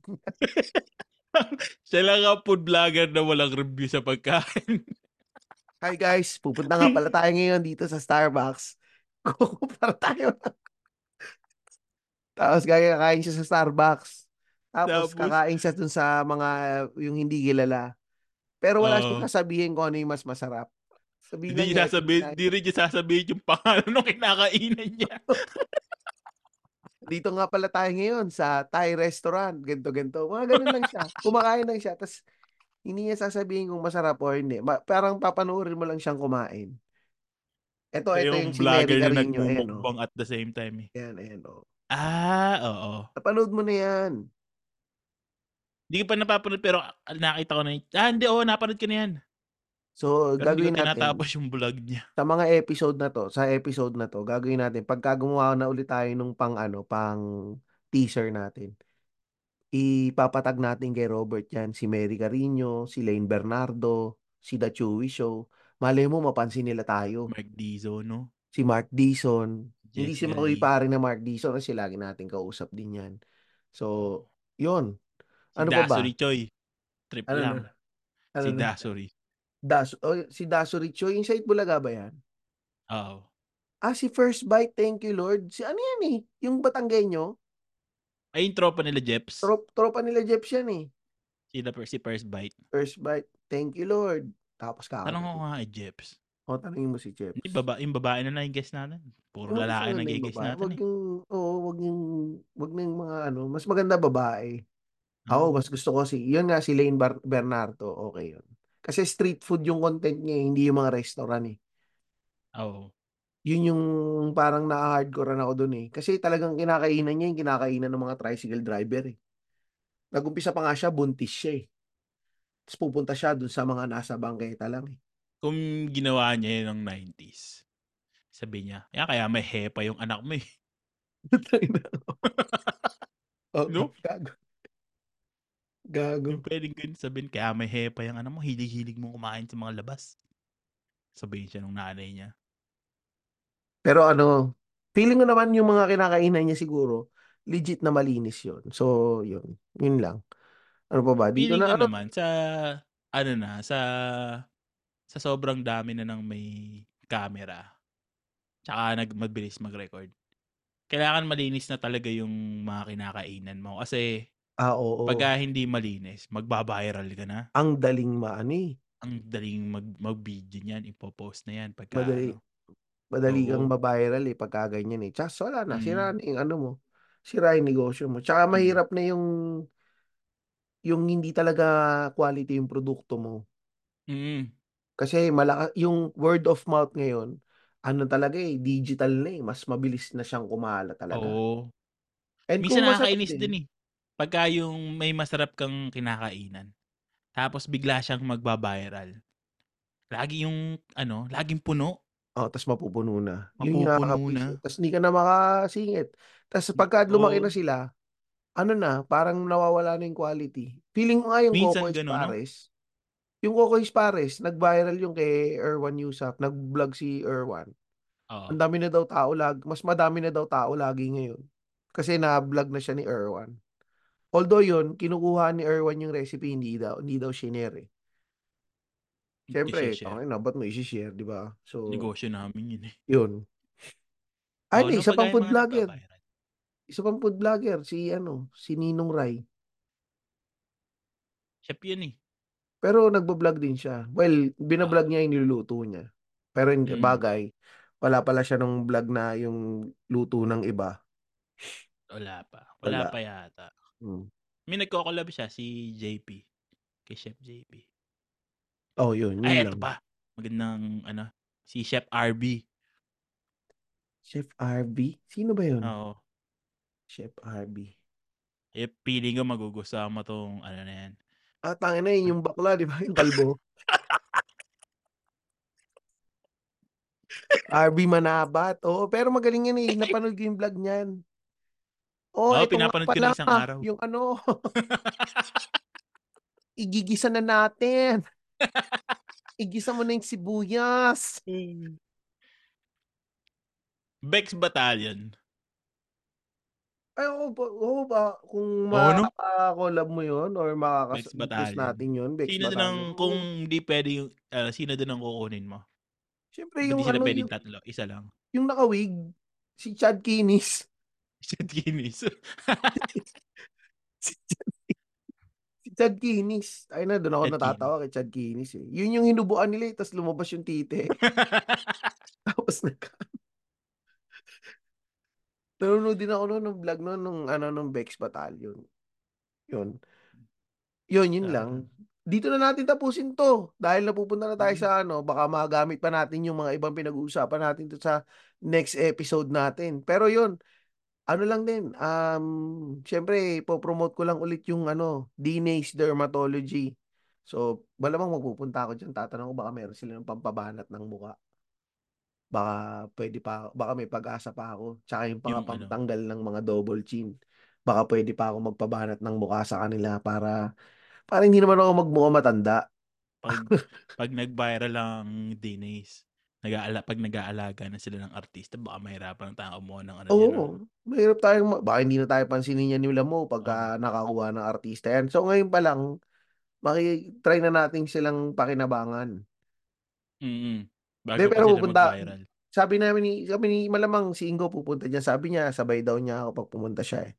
[SPEAKER 1] Siya lang ang food vlogger na walang review sa pagkain.
[SPEAKER 2] Hi guys, pupunta nga pala tayo ngayon dito sa Starbucks. Kukumpara tayo. Tapos gaya kakain siya sa Starbucks. Tapos
[SPEAKER 1] Tapos?
[SPEAKER 2] kakain siya dun sa mga yung hindi kilala. Pero wala
[SPEAKER 1] Oo.
[SPEAKER 2] siyang sasabihin kung ano yung mas masarap. Sabihin lang
[SPEAKER 1] Hindi niya
[SPEAKER 2] niya. ito
[SPEAKER 1] sasabihin,
[SPEAKER 2] yung
[SPEAKER 1] hindi rin niya sasabihin yung pangalan ng kinakainan niya.
[SPEAKER 2] kinain. Dito nga pala tayo ngayon sa Thai restaurant. Ganto-ganto. Mga ganun lang siya. Kumakain lang siya. Tapos Hindi niya sasabihin kung masarap o hindi. Ma- parang papanoorin mo lang siyang kumain. Oh, Ito, ito yung,
[SPEAKER 1] yung
[SPEAKER 2] si
[SPEAKER 1] vlogger
[SPEAKER 2] Neri
[SPEAKER 1] na
[SPEAKER 2] Carino. Ayan, oh.
[SPEAKER 1] nagmumukbang at the same time. Eh.
[SPEAKER 2] Ayan, ayan, oh.
[SPEAKER 1] Ah, oo.
[SPEAKER 2] Napanood mo na yan.
[SPEAKER 1] Hindi ko pa napapanood pero nakita ko na yun. Ah, hindi. Oo, napanood ko na yan.
[SPEAKER 2] So,
[SPEAKER 1] Pero hindi
[SPEAKER 2] gagawin
[SPEAKER 1] ko
[SPEAKER 2] natin.
[SPEAKER 1] tinatapos yung vlog niya.
[SPEAKER 2] Sa mga episode na to, sa episode na to, gagawin natin. Pagka gumawa na ulit tayo nung pang ano, pang teaser natin. Ipapatag natin kay Robert yan, si Mary Carino, si Lane Bernardo, si The Chewy Show. Malay mo, mapansin nila tayo.
[SPEAKER 1] Mark Dizo, no?
[SPEAKER 2] Si Mark Dizon, hindi
[SPEAKER 1] Jessica
[SPEAKER 2] si
[SPEAKER 1] Lee.
[SPEAKER 2] Makoy pare na Mark Dizon kasi lagi natin kausap din yan. So, yun.
[SPEAKER 1] Si
[SPEAKER 2] Ano pa ba?
[SPEAKER 1] Dasuri Choi. Trip
[SPEAKER 2] Ano
[SPEAKER 1] lang.
[SPEAKER 2] na? Ano
[SPEAKER 1] Si
[SPEAKER 2] na?
[SPEAKER 1] Dasuri.
[SPEAKER 2] Das, oh, si Daso Richo, yung sa Itbulaga ba yan?
[SPEAKER 1] Oo.
[SPEAKER 2] Ah, si First Bite, thank you Lord. Si ano yan eh? Yung Batanggenyo.
[SPEAKER 1] Ay, yung tropa nila, Jeps.
[SPEAKER 2] Trop, tropa nila Jeps yan eh.
[SPEAKER 1] Sila per, si First Bite.
[SPEAKER 2] First Bite, thank you Lord. Tapos ka.
[SPEAKER 1] Tanong ko nga, eh, Jeps.
[SPEAKER 2] O, tanongin mo si Jeps.
[SPEAKER 1] Yung, baba, yung babae na lang yung guest natin. Puro
[SPEAKER 2] Ano,
[SPEAKER 1] lalaki
[SPEAKER 2] gusto
[SPEAKER 1] na
[SPEAKER 2] nila yung
[SPEAKER 1] guest
[SPEAKER 2] babae?
[SPEAKER 1] natin
[SPEAKER 2] Wag
[SPEAKER 1] eh.
[SPEAKER 2] yung, oo, wag yung, wag na yung mga ano, mas maganda babae.
[SPEAKER 1] Hmm.
[SPEAKER 2] Ako,
[SPEAKER 1] Mm,
[SPEAKER 2] mas gusto ko si, yun nga si Lane Bar- Bernardo, okay yun. Kasi street food yung content niya, eh, hindi yung mga restaurant eh.
[SPEAKER 1] Oo.
[SPEAKER 2] Yun yung parang na-hardcore ako dun eh. Kasi talagang kinakainan niya yung kinakainan ng mga tricycle driver eh. Nagumpisa pa nga siya, buntis siya eh. Tapos pupunta siya dun sa mga nasa bangketa lang eh.
[SPEAKER 1] Kung ginawa niya yun ng 90s, sabi niya, "Ayan, kaya may hepa yung anak mo eh.
[SPEAKER 2] oh,
[SPEAKER 1] No?
[SPEAKER 2] Gago. Gago.
[SPEAKER 1] Yung pwedeng ganun sabihin, kaya may hepa yung anak mo, hilig-hilig mong kumain sa mga labas. Sabihin siya nung nanay niya.
[SPEAKER 2] Pero ano, feeling ko naman yung mga kinakainan niya siguro, legit na malinis yun. So, yun. Yun lang. Ano pa ba? Dito
[SPEAKER 1] Feeling
[SPEAKER 2] na
[SPEAKER 1] ko
[SPEAKER 2] ano?
[SPEAKER 1] naman sa ano na sa sa sobrang dami na ng may camera. Tsaka nag mabilis mag-record. Kailangan malinis na talaga yung mga kinakainan mo kasi
[SPEAKER 2] Ah, oo.
[SPEAKER 1] pagka hindi malinis, magbabiral ka na.
[SPEAKER 2] Ang daling maano eh.
[SPEAKER 1] Ang daling mag mag-video niyan, ipopost na yan pagka
[SPEAKER 2] Madali.
[SPEAKER 1] ano.
[SPEAKER 2] Madali kang
[SPEAKER 1] Oo.
[SPEAKER 2] mabiral eh pagka ganyan eh. Tsaka wala na.
[SPEAKER 1] Mm.
[SPEAKER 2] Sira na yung ano mo. Sira yung negosyo mo. Tsaka mahirap na yung yung hindi talaga quality yung produkto mo.
[SPEAKER 1] Mm.
[SPEAKER 2] Kasi malaka yung word of mouth ngayon, ano talaga eh, digital na eh. Mas mabilis na siyang kumala talaga.
[SPEAKER 1] Oo.
[SPEAKER 2] And
[SPEAKER 1] Minsan
[SPEAKER 2] kung masarap
[SPEAKER 1] nakakainis
[SPEAKER 2] din,
[SPEAKER 1] din eh. Pagka yung may masarap kang kinakainan, tapos bigla siyang magbabiral. Lagi yung, ano, laging puno.
[SPEAKER 2] oh, tas mapupuno na. Yun
[SPEAKER 1] Mapupuno
[SPEAKER 2] yung nakakapiso.
[SPEAKER 1] na.
[SPEAKER 2] Tas hindi ka na makasingit. Tas pagka lumaki
[SPEAKER 1] Oo.
[SPEAKER 2] na sila, ano na, parang nawawala na yung quality. Feeling ko nga yung Coco
[SPEAKER 1] Minsan gano'n, no?
[SPEAKER 2] Pares, yung Coco Pares, nag-viral yung kay Erwan Yusap, nag-vlog si Erwan.
[SPEAKER 1] Oo.
[SPEAKER 2] Ang dami na daw tao lag, mas madami na daw tao lagi ngayon. Kasi na-vlog na siya ni Erwan. Although yun, kinukuha ni Erwan yung recipe, hindi daw, hindi daw shinare. Siyempre,
[SPEAKER 1] I-share.
[SPEAKER 2] tangin na, ba't mo isi-share, di ba? So,
[SPEAKER 1] Negosyo namin yun eh.
[SPEAKER 2] yun.
[SPEAKER 1] Oo,
[SPEAKER 2] Ano,
[SPEAKER 1] no,
[SPEAKER 2] isa
[SPEAKER 1] pagka
[SPEAKER 2] pang
[SPEAKER 1] yung
[SPEAKER 2] food
[SPEAKER 1] mga
[SPEAKER 2] vlogger.
[SPEAKER 1] nagbabiral.
[SPEAKER 2] Isa pang food vlogger, si ano, si Ninong Rai.
[SPEAKER 1] Chef yun eh.
[SPEAKER 2] Pero nagbablog din siya.
[SPEAKER 1] Oo.
[SPEAKER 2] Well, binablog niya yung niluluto niya. Pero in
[SPEAKER 1] Ah. Mm.
[SPEAKER 2] bagay, wala pala siya nung vlog na yung luto ng iba.
[SPEAKER 1] Wala pa. Wala
[SPEAKER 2] Wala.
[SPEAKER 1] pa yata.
[SPEAKER 2] Mm.
[SPEAKER 1] May nagko-collab siya, si JP. Kay Chef JP.
[SPEAKER 2] Oh, yun, yun
[SPEAKER 1] Ay, eto
[SPEAKER 2] lang.
[SPEAKER 1] pa. Magandang, ano, si Chef RB.
[SPEAKER 2] Chef RB? Sino ba yun?
[SPEAKER 1] Oo.
[SPEAKER 2] Chef RB.
[SPEAKER 1] Eh, feeling ko magugustuhan mo tong, ano na yan.
[SPEAKER 2] Ah, tangin na yun, yung bakla, di ba? Yung kalbo. RB Manabat. Oo, Oh, pero magaling yan eh. Napanood ko yung vlog niyan. Oo,
[SPEAKER 1] Oo,
[SPEAKER 2] eto nga
[SPEAKER 1] pinapanood ko
[SPEAKER 2] pala.
[SPEAKER 1] ng isang araw.
[SPEAKER 2] Yung ano, igigisa na natin. Igisa mo na yung sibuyas.
[SPEAKER 1] Bex Battalion.
[SPEAKER 2] Ay, oo ba, oo ba? Kung
[SPEAKER 1] Oo, no?
[SPEAKER 2] makaka-collab mo yun or
[SPEAKER 1] Bex
[SPEAKER 2] makaka-guest
[SPEAKER 1] Battalion.
[SPEAKER 2] natin yun, Bex
[SPEAKER 1] Sino din ang,
[SPEAKER 2] Battalion.
[SPEAKER 1] kung
[SPEAKER 2] Oo.
[SPEAKER 1] hindi pwede yung, ah, sino din ang kukunin mo?
[SPEAKER 2] Siyempre,
[SPEAKER 1] Ba't
[SPEAKER 2] yung
[SPEAKER 1] di sila
[SPEAKER 2] ano,
[SPEAKER 1] pwedeng
[SPEAKER 2] yung,
[SPEAKER 1] tatlo? Isa lang.
[SPEAKER 2] yung nakawig, si Chad Kinis.
[SPEAKER 1] Shit, kinis.
[SPEAKER 2] Si Chad, si Chad Kinis. Ay na, doon ako
[SPEAKER 1] Shit, kinis.
[SPEAKER 2] natatawa kay Chad Kinis. Eh. Yun yung hinubuan nila, eh, tapos lumabas yung tite. tapos nag Nanonood din ako noon ng vlog noon nung ano nung Bex Battalion. Yun. Yun, yun
[SPEAKER 1] Sarap
[SPEAKER 2] lang.
[SPEAKER 1] nun.
[SPEAKER 2] dito na natin tapusin to dahil napupunta na tayo sa ano, baka magamit pa natin yung mga ibang pinag-uusapan natin to sa next episode natin. Pero yun, ano lang din, um, syempre, popromote ko lang ulit yung ano, Dinays Dermatology. So, malamang magpupunta ako dyan. Tatanong ko baka meron sila ng pampabanat ng muka. Baka pwede pa, baka may pag-asa pa ako. Tsaka
[SPEAKER 1] Yung
[SPEAKER 2] yung
[SPEAKER 1] ano.
[SPEAKER 2] pangapangtanggal ng mga double chin. Baka pwede pa ako magpabanat ng muka sa kanila para para hindi naman ako magmukha matanda.
[SPEAKER 1] Pag, pag nag-viral ang Dinays, nag-aala, pag nag-aalaga na sila ng artista, baka mahirapan na tayo kumuha ng ano
[SPEAKER 2] Oo.
[SPEAKER 1] nila.
[SPEAKER 2] mahirap tayong, ma- baka hindi na tayo pansinin yan nila mo pagka nakakuha ng artista yan. So ngayon pa lang, maki-try na natin silang pakinabangan.
[SPEAKER 1] Mm-mm. Bago
[SPEAKER 2] Di,
[SPEAKER 1] pa
[SPEAKER 2] pero
[SPEAKER 1] sila
[SPEAKER 2] pupunta-
[SPEAKER 1] mag-viral.
[SPEAKER 2] Sabi namin ni, sabi ni malamang si Ingo pupunta niya. Sabi niya, sabay daw niya ako pag pumunta siya eh.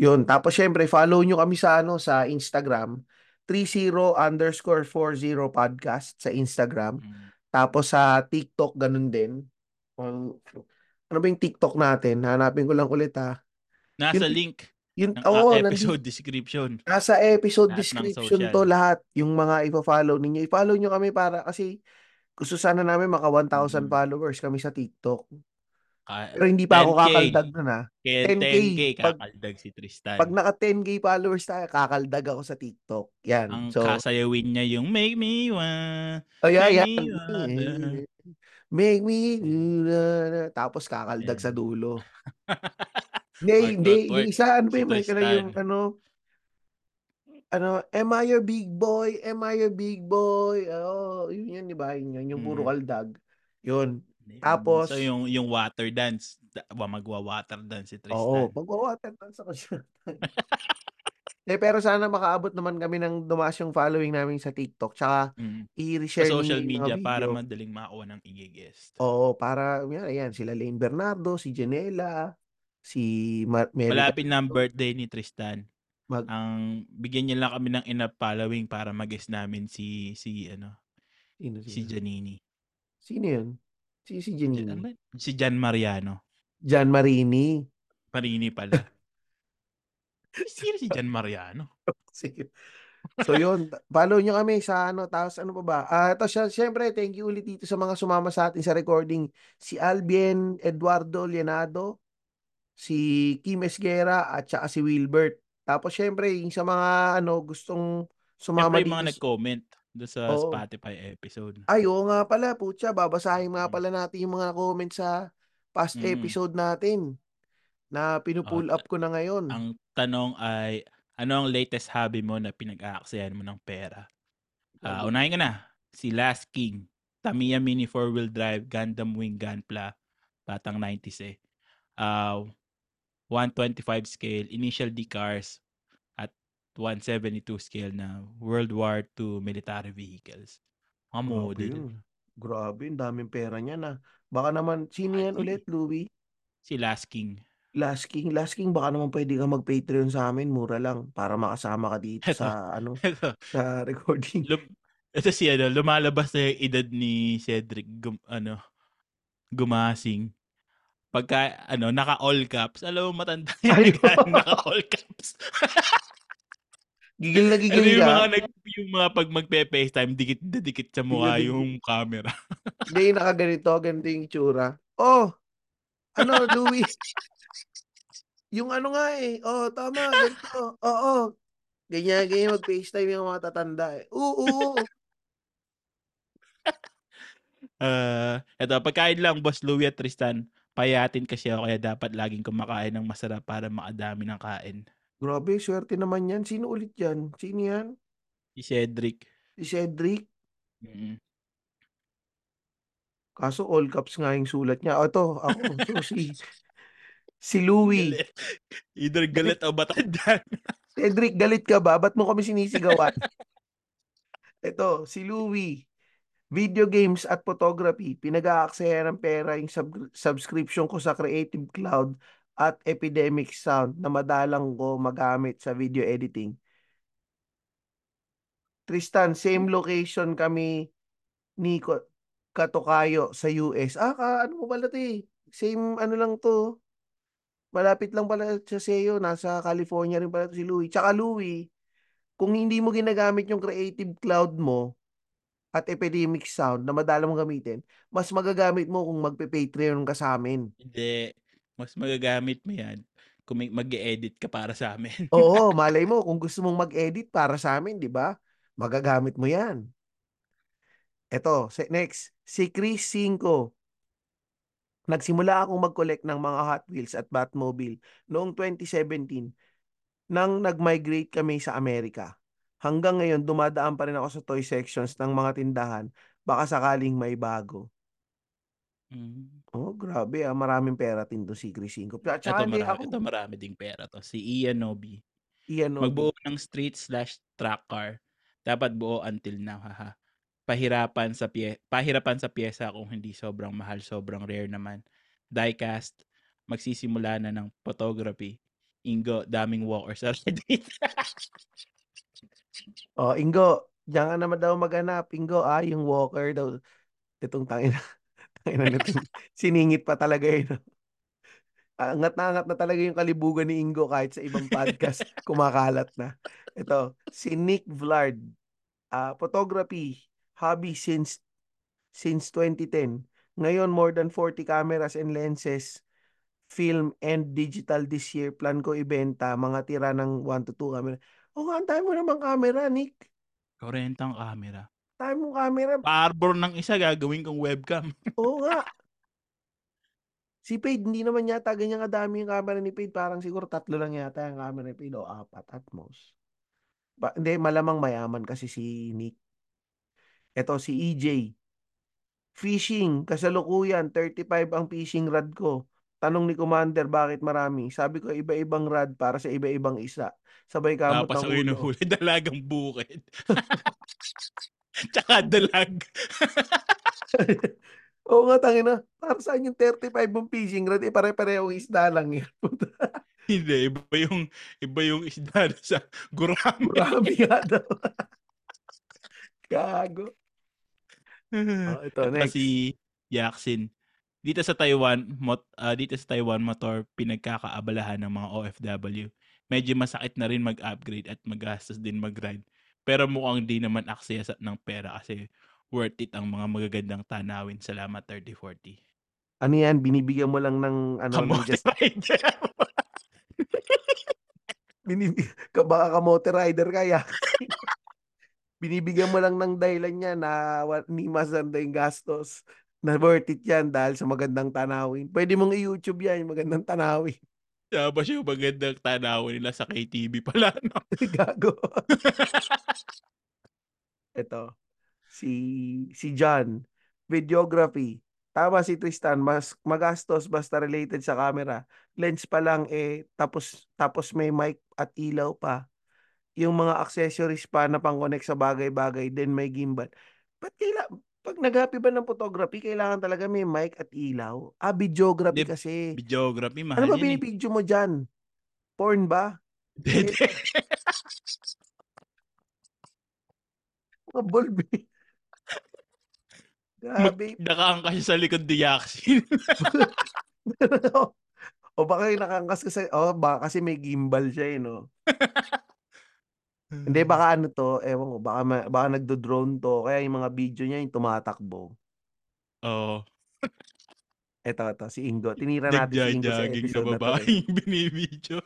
[SPEAKER 2] Yun. Tapos syempre, follow nyo kami sa, ano, sa Instagram. 30 underscore 40 podcast sa Instagram.
[SPEAKER 1] Mm.
[SPEAKER 2] Tapos sa TikTok, ganun din. On- ano ba yung TikTok natin? Hanapin ko lang ulit ha.
[SPEAKER 1] Nasa
[SPEAKER 2] Yun-
[SPEAKER 1] link
[SPEAKER 2] Yun,
[SPEAKER 1] ng
[SPEAKER 2] oo,
[SPEAKER 1] ah,
[SPEAKER 2] nandito-
[SPEAKER 1] episode description.
[SPEAKER 2] Nasa episode
[SPEAKER 1] Lahat ng
[SPEAKER 2] description
[SPEAKER 1] social.
[SPEAKER 2] to lahat yung mga ipa-follow ninyo. I-follow nyo kami para kasi gusto sana namin maka
[SPEAKER 1] Mm.
[SPEAKER 2] 1,000 followers kami sa TikTok.
[SPEAKER 1] Ka-
[SPEAKER 2] Pero hindi pa ako
[SPEAKER 1] 10K.
[SPEAKER 2] kakaldag nun ah. ha.
[SPEAKER 1] Kaya
[SPEAKER 2] 10K,
[SPEAKER 1] 10K,
[SPEAKER 2] pag-
[SPEAKER 1] kakaldag si Tristan.
[SPEAKER 2] Pag naka 10k followers tayo, kakaldag ako sa TikTok. Yan.
[SPEAKER 1] ang
[SPEAKER 2] so,
[SPEAKER 1] kasayawin niya yung make me want.
[SPEAKER 2] oh, yeah,
[SPEAKER 1] make
[SPEAKER 2] yeah.
[SPEAKER 1] me wanna-
[SPEAKER 2] Make me Tapos kakaldag
[SPEAKER 1] Ayan.
[SPEAKER 2] sa dulo. Hindi,
[SPEAKER 1] Work,
[SPEAKER 2] hindi.
[SPEAKER 1] work, work.
[SPEAKER 2] Yung isa, ano ba
[SPEAKER 1] Si
[SPEAKER 2] yung may kaya yung
[SPEAKER 1] Tristan.
[SPEAKER 2] ano, ano, am I your big boy? Am I your big boy? Oh, yun yan, di ba? Yun, yun, yung puro
[SPEAKER 1] Mm.
[SPEAKER 2] kaldag. Yun.
[SPEAKER 1] Ayun.
[SPEAKER 2] Tapos-
[SPEAKER 1] so yung yung water dance, Da- wa- magwa-water dance si
[SPEAKER 2] Oo,
[SPEAKER 1] Tristan.
[SPEAKER 2] pag-water dance ako siya. eh, pero sana makaabot naman kami ng dumaas yung following namin sa TikTok. Tsaka,
[SPEAKER 1] Mm. Sa
[SPEAKER 2] i-reshare
[SPEAKER 1] social
[SPEAKER 2] ninyo yung mga
[SPEAKER 1] media
[SPEAKER 2] video.
[SPEAKER 1] para madaling makuha ng i-guest.
[SPEAKER 2] Oo, para, yan, ayan, sila Lane Bernardo, si Janela, si Mar- Mary
[SPEAKER 1] Malapit na ang birthday ni Tristan.
[SPEAKER 2] Mag-
[SPEAKER 1] Ang bigyan niya lang kami ng enough following para mag-guest namin si si ano,
[SPEAKER 2] Sino, sino?
[SPEAKER 1] si Janini.
[SPEAKER 2] Sino yun? Si, si
[SPEAKER 1] Ja- ano
[SPEAKER 2] Janine.
[SPEAKER 1] ba? Si Jan Mariano.
[SPEAKER 2] Jan Marini.
[SPEAKER 1] Marini pala. Sino si Jan Mariano?
[SPEAKER 2] Sige. So yun, follow nyo kami sa ano, tapos ano pa ba? Ah, ito siya, syempre, thank you ulit dito sa mga sumama sa atin sa recording. Si Albion Eduardo Lienado, si Kim Esguera, at saka si Wilbert. Tapos syempre, yung sa mga ano, gustong sumama
[SPEAKER 1] Siyempre yung mga
[SPEAKER 2] dito. sa-
[SPEAKER 1] nag-comment doon sa
[SPEAKER 2] Oo.
[SPEAKER 1] Spotify episode.
[SPEAKER 2] Ay, oo nga pala, putya, babasahin nga
[SPEAKER 1] Mm.
[SPEAKER 2] pala natin yung mga comment sa past
[SPEAKER 1] Mm.
[SPEAKER 2] episode natin na pinupull
[SPEAKER 1] Oh,
[SPEAKER 2] up ko na ngayon.
[SPEAKER 1] Ang tanong ay, ano ang latest hobby mo na pinag-aaksayan mo ng pera? Ah, unahin ka na. Si Last King, Tamiya Mini 4-wheel drive, Gundam Wing Gunpla, batang 90s eh. Ah, 125 scale, initial D cars, at 172 scale na World War II military vehicles. Mga
[SPEAKER 2] Grabe
[SPEAKER 1] model.
[SPEAKER 2] yun. Grabe, ang daming pera niya na. Baka naman, sino
[SPEAKER 1] Ah,
[SPEAKER 2] yan
[SPEAKER 1] sige.
[SPEAKER 2] ulit, Louie?
[SPEAKER 1] Si Last King.
[SPEAKER 2] Last King, Last King, baka naman pwede ka mag-Patreon sa amin, mura lang, para makasama ka dito
[SPEAKER 1] Eto.
[SPEAKER 2] sa, ano,
[SPEAKER 1] Eto.
[SPEAKER 2] sa recording.
[SPEAKER 1] Lum- ito si ano, lumalabas na yung edad ni Cedric gum- ano, gumasing. Pagka, ano, naka-all caps. Alam mo, matanda
[SPEAKER 2] Ay,
[SPEAKER 1] yan. naka- naka-all caps.
[SPEAKER 2] Gigil na
[SPEAKER 1] Ano
[SPEAKER 2] gigil
[SPEAKER 1] yung mga,
[SPEAKER 2] ka.
[SPEAKER 1] nag, yung mga pag magpe-facetime, dikit na dikit sa mukha
[SPEAKER 2] Dikit na dikit.
[SPEAKER 1] yung camera.
[SPEAKER 2] Hindi, nakaganito, ganito yung tsura. Oh, ano, Louie? Yung ano nga eh. Oh, tama, ganito. Oo. Ganyan, ganyan mag-FaceTime yung mga tatanda eh. Oo, oo.
[SPEAKER 1] Uh, eto, pagkain lang, Boss Louie at Tristan. Payatin kasi ako, kaya dapat laging kumakain ng masarap para makadami ng kain.
[SPEAKER 2] Grabe, swerte naman yan. Sino ulit yan? Sino yan?
[SPEAKER 1] Si Cedric.
[SPEAKER 2] Si Cedric?
[SPEAKER 1] Mm.
[SPEAKER 2] Kaso all caps nga yung sulat niya. O, ito, ako. So, si, si Louie.
[SPEAKER 1] Galit. Either galit o matanda.
[SPEAKER 2] Cedric, galit ka ba? Ba't mo kami sinisigawan? Ito, si Louie. Video games at photography. Pinag-aaksaya ng pera yung sub- subscription ko sa Creative Cloud at Epidemic Sound na madalang ko magamit sa video editing. Tristan, same location kami ni Ko- Katokayo sa US. Ah, ka, ano mo pala to eh? Same ano lang to. Malapit lang pala siya sa iyo. Nasa California rin pala to si Louie. Tsaka Louie, kung hindi mo ginagamit yung creative cloud mo at epidemic sound na madala mong gamitin, mas magagamit mo kung magpe-Patreon ka sa amin.
[SPEAKER 1] Hindi. Mas magagamit mo yan kung may- mag-edit ka para sa amin.
[SPEAKER 2] Oo, malay mo kung gusto mong mag-edit para sa amin, 'di ba? Magagamit mo 'yan. Eto, si- next, si Chris Cinco. Nagsimula akong mag-collect ng mga Hot Wheels at Batmobile noong 2017 nang nag-migrate kami sa Amerika. Hanggang ngayon, dumadaan pa rin ako sa toy sections ng mga tindahan baka sakaling may bago.
[SPEAKER 1] Mm.
[SPEAKER 2] Oh, grabe ah. Maraming pera din to si Chris Cinco. Tsaka
[SPEAKER 1] Ito,
[SPEAKER 2] hindi
[SPEAKER 1] marami, ito
[SPEAKER 2] ako,
[SPEAKER 1] marami ding pera to. Si Ian Nobi.
[SPEAKER 2] iyan oh.
[SPEAKER 1] Magbuo ng street slash track car. Dapat buo until now, haha. Pahirapan sa pie pahirapan sa pyesa kung hindi sobrang mahal, sobrang rare naman. Diecast, magsisimula na ng photography. Ingo, daming walkers already.
[SPEAKER 2] Oh, Ingo, diyan ka naman daw maghanap. Ingo, ah, yung walker daw. Itong tangina. Tangina nito. Siningit pa talaga yun. oh. Angat na angat na talaga yung kalibugan ni Ingo kahit sa ibang podcast. kumakalat na. Ito, si Nick Vlad. Ah, photography, hobby since since 2010. Ngayon, more than 40 cameras and lenses, film and digital this year. Plan ko ibenta mga tira ng 1 to 2 camera. O nga, ang dami mo naman camera, Nick.
[SPEAKER 1] Korentang camera.
[SPEAKER 2] Dami mong camera.
[SPEAKER 1] Parbor ng isa gagawin kong webcam.
[SPEAKER 2] Oo nga. Si Paid, hindi naman yata ganyan kadami yung camera ni Paid. Parang siguro tatlo lang yata yung camera ni Paid o apat at most. Ba- hindi, malamang mayaman kasi si Nick. Ito, si EJ. Fishing, kasalukuyan, 35 ang fishing rod ko. Tanong ni Commander, bakit marami? Sabi ko, iba-ibang rod para sa iba-ibang isa. Sabay kamot
[SPEAKER 1] Tapos
[SPEAKER 2] ng
[SPEAKER 1] ako yung
[SPEAKER 2] ulo.
[SPEAKER 1] nahuli, dalagang bukid. Tsaka dalag.
[SPEAKER 2] Oo nga, tangina. Para saan yung 35 mong fishing rod? Eh, pare-pareho isda lang yun.
[SPEAKER 1] Hindi, iba yung, iba yung isda na sa gurami.
[SPEAKER 2] Marami nga daw. Gago. Oh, ito,
[SPEAKER 1] At
[SPEAKER 2] next.
[SPEAKER 1] kasi Yaxin. Dito sa Taiwan, mot, ah, dito sa Taiwan motor pinagkakaabalahan ng mga OFW. Medyo masakit na rin mag-upgrade at magastos din mag-ride. Pero mukhang di naman access ng pera kasi worth it ang mga magagandang tanawin. Salamat 3040.
[SPEAKER 2] Ano yan? Binibigyan mo lang ng ano? ng
[SPEAKER 1] Kamote
[SPEAKER 2] just,
[SPEAKER 1] rider.
[SPEAKER 2] binibig, ka, baka kamote rider kaya. binibigyan mo lang ng dahilan niya na wa- ni Mazanda yung gastos. Na worth it yan dahil sa magandang tanawin. Pwede mong i-YouTube yan, yung magandang tanawin.
[SPEAKER 1] Tapos yung magandang tanawin nila sa KTV pala. No?
[SPEAKER 2] Gago. Ito. Si si John, videography. Tama si Tristan, mas magastos basta related sa camera. Lens pa lang eh tapos tapos may mic at ilaw pa. Yung mga accessories pa na pang-connect sa bagay-bagay, then may gimbal. Ba't kaila pag naghappy ba ng photography, kailangan talaga may mic at ilaw. Ah, videography
[SPEAKER 1] Di-
[SPEAKER 2] kasi.
[SPEAKER 1] Videography, mahal
[SPEAKER 2] Ano ba
[SPEAKER 1] yun eh.
[SPEAKER 2] binipidyo mo dyan? Porn ba?
[SPEAKER 1] Dede.
[SPEAKER 2] Mga bulb. Grabe.
[SPEAKER 1] Nakaangka siya sa likod ni Yaxin.
[SPEAKER 2] o baka yung nakangkas kasi, o baka kasi may gimbal siya eh, no?
[SPEAKER 1] Hmm.
[SPEAKER 2] Hindi, baka ano to, ewan ko, baka, ma- baka nagdo-drone to, kaya yung mga video niya yung tumatakbo.
[SPEAKER 1] Oo.
[SPEAKER 2] Eto, eto, si Ingo. Tinira natin si Ingo sa
[SPEAKER 1] Nagjajaging na
[SPEAKER 2] episode na, to. eh.
[SPEAKER 1] babaeng binibidyo.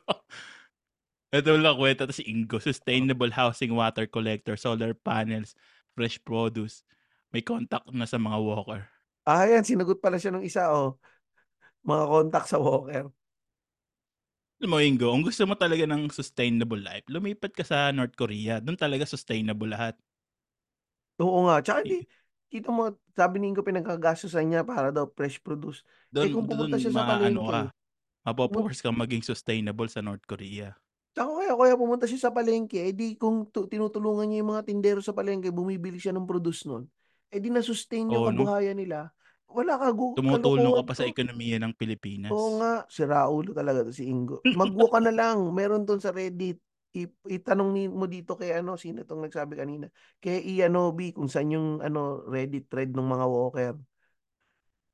[SPEAKER 1] Ito lang kwenta to si Ingo. Sustainable housing, water collector, solar panels, fresh produce. May contact na sa mga walker.
[SPEAKER 2] Ah, yan, sinagot pala siya ng isa, oh. Mga contact sa walker.
[SPEAKER 1] Alam mo, Ingo, kung gusto mo talaga ng sustainable life, lumipat ka sa North Korea. Doon talaga sustainable lahat.
[SPEAKER 2] Oo nga, tsaka hindi, kita mo, sabi ni Ingo pinagkagastusan niya para daw fresh produce. Eh,
[SPEAKER 1] Doon,
[SPEAKER 2] kung pumunta
[SPEAKER 1] doon
[SPEAKER 2] siya sa
[SPEAKER 1] maano
[SPEAKER 2] palengke.
[SPEAKER 1] ka. Mapoforce kang maging sustainable sa North Korea.
[SPEAKER 2] Tsaka kaya, kaya pumunta siya sa palengke, eh di kung tu- tinutulungan niya yung mga tindero sa palengke, bumibili siya ng produce nun, eh di na-sustain yung
[SPEAKER 1] Oo, Oh, no?
[SPEAKER 2] kabuhayan nila. Wala ka gu-
[SPEAKER 1] Tumutulong ka
[SPEAKER 2] kalukuhan
[SPEAKER 1] pa sa
[SPEAKER 2] to.
[SPEAKER 1] ekonomiya ng Pilipinas.
[SPEAKER 2] Oo nga, si Raulo talaga to si Ingo. Magwo ka na lang. Meron doon sa Reddit. I- itanong ni- mo dito kay ano, sino tong nagsabi kanina? Kay Ianobi kung saan yung ano, Reddit thread ng mga walker.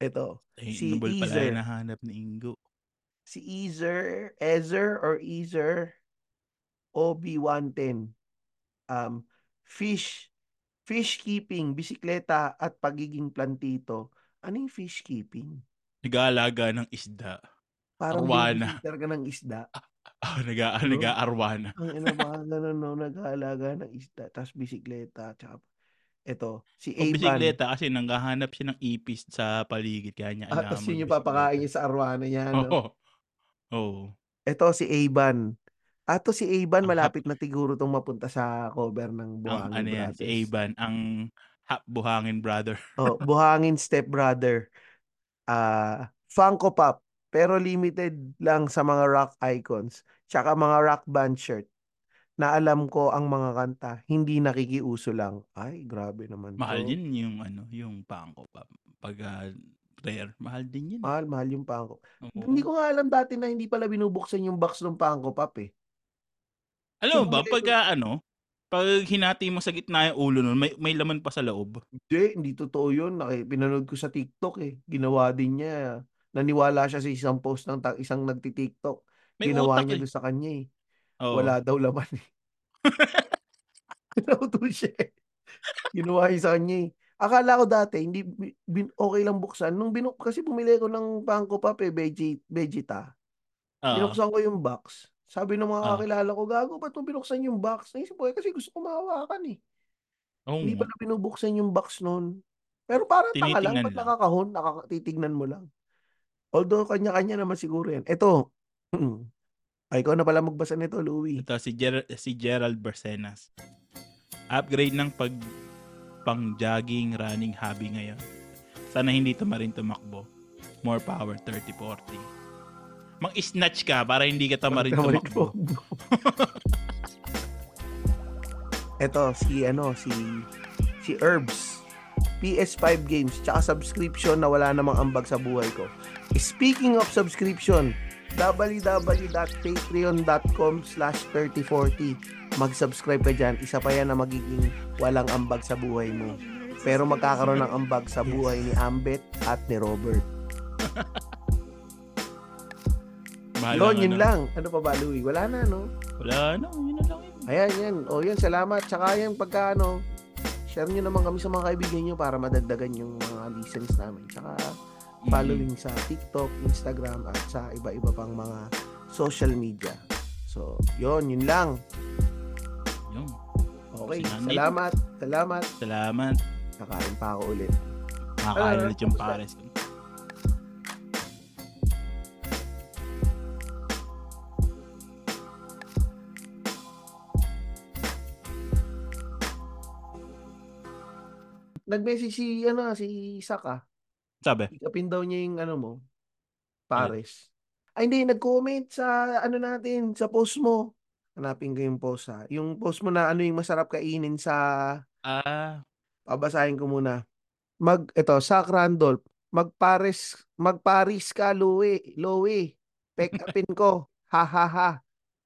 [SPEAKER 2] Ito, si
[SPEAKER 1] Sustainable pala Eh, ano yung
[SPEAKER 2] Easer.
[SPEAKER 1] nahanap ni Ingo.
[SPEAKER 2] Si Easer, Ezer or Easer OB110. um, fish, fish keeping, bisikleta, at pagiging plantito. Ano yung fish keeping?
[SPEAKER 1] Nag-aalaga ng isda.
[SPEAKER 2] Parang
[SPEAKER 1] Arwana.
[SPEAKER 2] babysitter ka ng isda.
[SPEAKER 1] Ah, naga,
[SPEAKER 2] Ano?
[SPEAKER 1] nag-aarwana.
[SPEAKER 2] Ang ina mga ganun, no, nag-aalaga ng isda, tapos bisikleta, tsaka, eto, si
[SPEAKER 1] Kung
[SPEAKER 2] Aban.
[SPEAKER 1] bisikleta kasi nanggahanap siya ng ipis sa paligid kaya niya
[SPEAKER 2] Ah, tapos
[SPEAKER 1] mag-
[SPEAKER 2] yun yung papakain niya sa ano? arwana niya, no?
[SPEAKER 1] Oo. Oo.
[SPEAKER 2] Eto, si Aban. Ato si Aban,
[SPEAKER 1] Ang
[SPEAKER 2] malapit na siguro itong mapunta sa cover ng
[SPEAKER 1] Ang
[SPEAKER 2] Buhangin
[SPEAKER 1] ano yan,
[SPEAKER 2] Brothers.
[SPEAKER 1] si Aban, ang ha- buhangin brother.
[SPEAKER 2] Oh, Buhangin Step Brother. Ah, Funko Pop, pero limited lang sa mga rock icons, tsaka mga rock band shirt na alam ko ang mga kanta, hindi nakikiuso lang. Ay, grabe naman
[SPEAKER 1] Mahal
[SPEAKER 2] to.
[SPEAKER 1] din yung ano, yung pangko pa. Pag ah, rare, mahal din yun.
[SPEAKER 2] Mahal, mahal yung Funko.
[SPEAKER 1] Oo.
[SPEAKER 2] Hindi ko nga alam dati na hindi pala binubuksan yung box ng Funko Pop eh.
[SPEAKER 1] Alam mo ba,
[SPEAKER 2] Hindi ko-
[SPEAKER 1] pag ah, ano, pag hinati mo sa gitna yung ulo nun, may, may laman pa sa loob.
[SPEAKER 2] Hindi, hindi totoo yun. Naki, pinanood ko sa TikTok eh. Ginawa din niya. Naniwala siya sa isang post ng ta- isang nagti-TikTok.
[SPEAKER 1] May
[SPEAKER 2] Ginawa
[SPEAKER 1] utak
[SPEAKER 2] niya
[SPEAKER 1] eh.
[SPEAKER 2] doon sa kanya eh.
[SPEAKER 1] Oo.
[SPEAKER 2] Wala daw laman eh. Nauto siya eh. Ginawa niya sa kanya eh. Akala ko dati, hindi, bi- bin, okay lang buksan. Nung binuk, kasi bumili ko ng Funko Pop eh, Veggie, Vegeta.
[SPEAKER 1] Ah,
[SPEAKER 2] Binuksan ko yung box. Sabi ng mga
[SPEAKER 1] Ah.
[SPEAKER 2] kakilala ko, gago, ba't mo binuksan yung box? Naisip ko, eh, kasi gusto ko mahawakan eh.
[SPEAKER 1] oo
[SPEAKER 2] Hindi
[SPEAKER 1] nga.
[SPEAKER 2] pala binubuksan yung box noon. Pero parang tanga lang,
[SPEAKER 1] Tinitingnan
[SPEAKER 2] ba't
[SPEAKER 1] lang.
[SPEAKER 2] nakakahon, nakakatitignan mo lang. Although, kanya-kanya naman siguro yan. Ito, ay, ikaw na pala magbasa nito, Louie.
[SPEAKER 1] Ito si, Ger- si Gerald Bersenas. Upgrade ng pag pang jogging running hobby ngayon. Sana hindi to marin tumakbo. More power 30-40. Mang-snatch ka para hindi ka tamarin tumakbo.
[SPEAKER 2] Ito, si ano, si si Herbs. PS5 games, tsaka subscription na wala namang ambag sa buhay ko. Speaking of subscription, www.patreon.com slash 3040 Mag-subscribe ka dyan. Isa pa yan na magiging walang ambag sa buhay mo. Pero magkakaroon ng ambag sa buhay ni Ambet at ni Robert.
[SPEAKER 1] Mahal
[SPEAKER 2] Yun,
[SPEAKER 1] ang
[SPEAKER 2] yun
[SPEAKER 1] ano.
[SPEAKER 2] lang. Ano pa ba, Louie? Wala na, no?
[SPEAKER 1] Wala na, yun na lang yun.
[SPEAKER 2] Ayan, yan. O, yan. Salamat. Tsaka yan, pagka ano, share nyo naman kami sa mga kaibigan nyo para madagdagan yung mga listens namin. Tsaka
[SPEAKER 1] Mm-hmm.
[SPEAKER 2] following sa TikTok, Instagram, at sa iba-iba pang mga social media. So, yon yun lang.
[SPEAKER 1] Mm, yun.
[SPEAKER 2] Okay,
[SPEAKER 1] Salamat.
[SPEAKER 2] salamat, salamat.
[SPEAKER 1] Salamat.
[SPEAKER 2] Nakain pa ako ulit.
[SPEAKER 1] Nakakain
[SPEAKER 2] Ah,
[SPEAKER 1] ulit yung
[SPEAKER 2] kamusta?
[SPEAKER 1] pares ko.
[SPEAKER 2] Nag-message si, ano, si Saka.
[SPEAKER 1] Sabi,
[SPEAKER 2] Pick upin daw niya yung, ano mo, Pares. Ay, hindi, nag-comment sa, ano natin, sa post mo. Hanapin ko yung post, ha. Yung post mo na, ano yung masarap kainin sa
[SPEAKER 1] ah,
[SPEAKER 2] Pabasahin ko muna. Mag, ito, Zach Randolph. Magpares, magparis ka, Lowe. Lowe. Pick upin ko. Ha, ha, ha.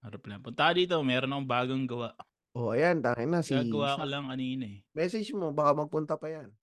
[SPEAKER 1] harap lang. Punta ka dito, meron akong bagong gawa.
[SPEAKER 2] O, Oh, ayan, tangin na si
[SPEAKER 1] Gagawa ko
[SPEAKER 2] Zach.
[SPEAKER 1] lang kanina eh.
[SPEAKER 2] Message mo, baka magpunta pa yan.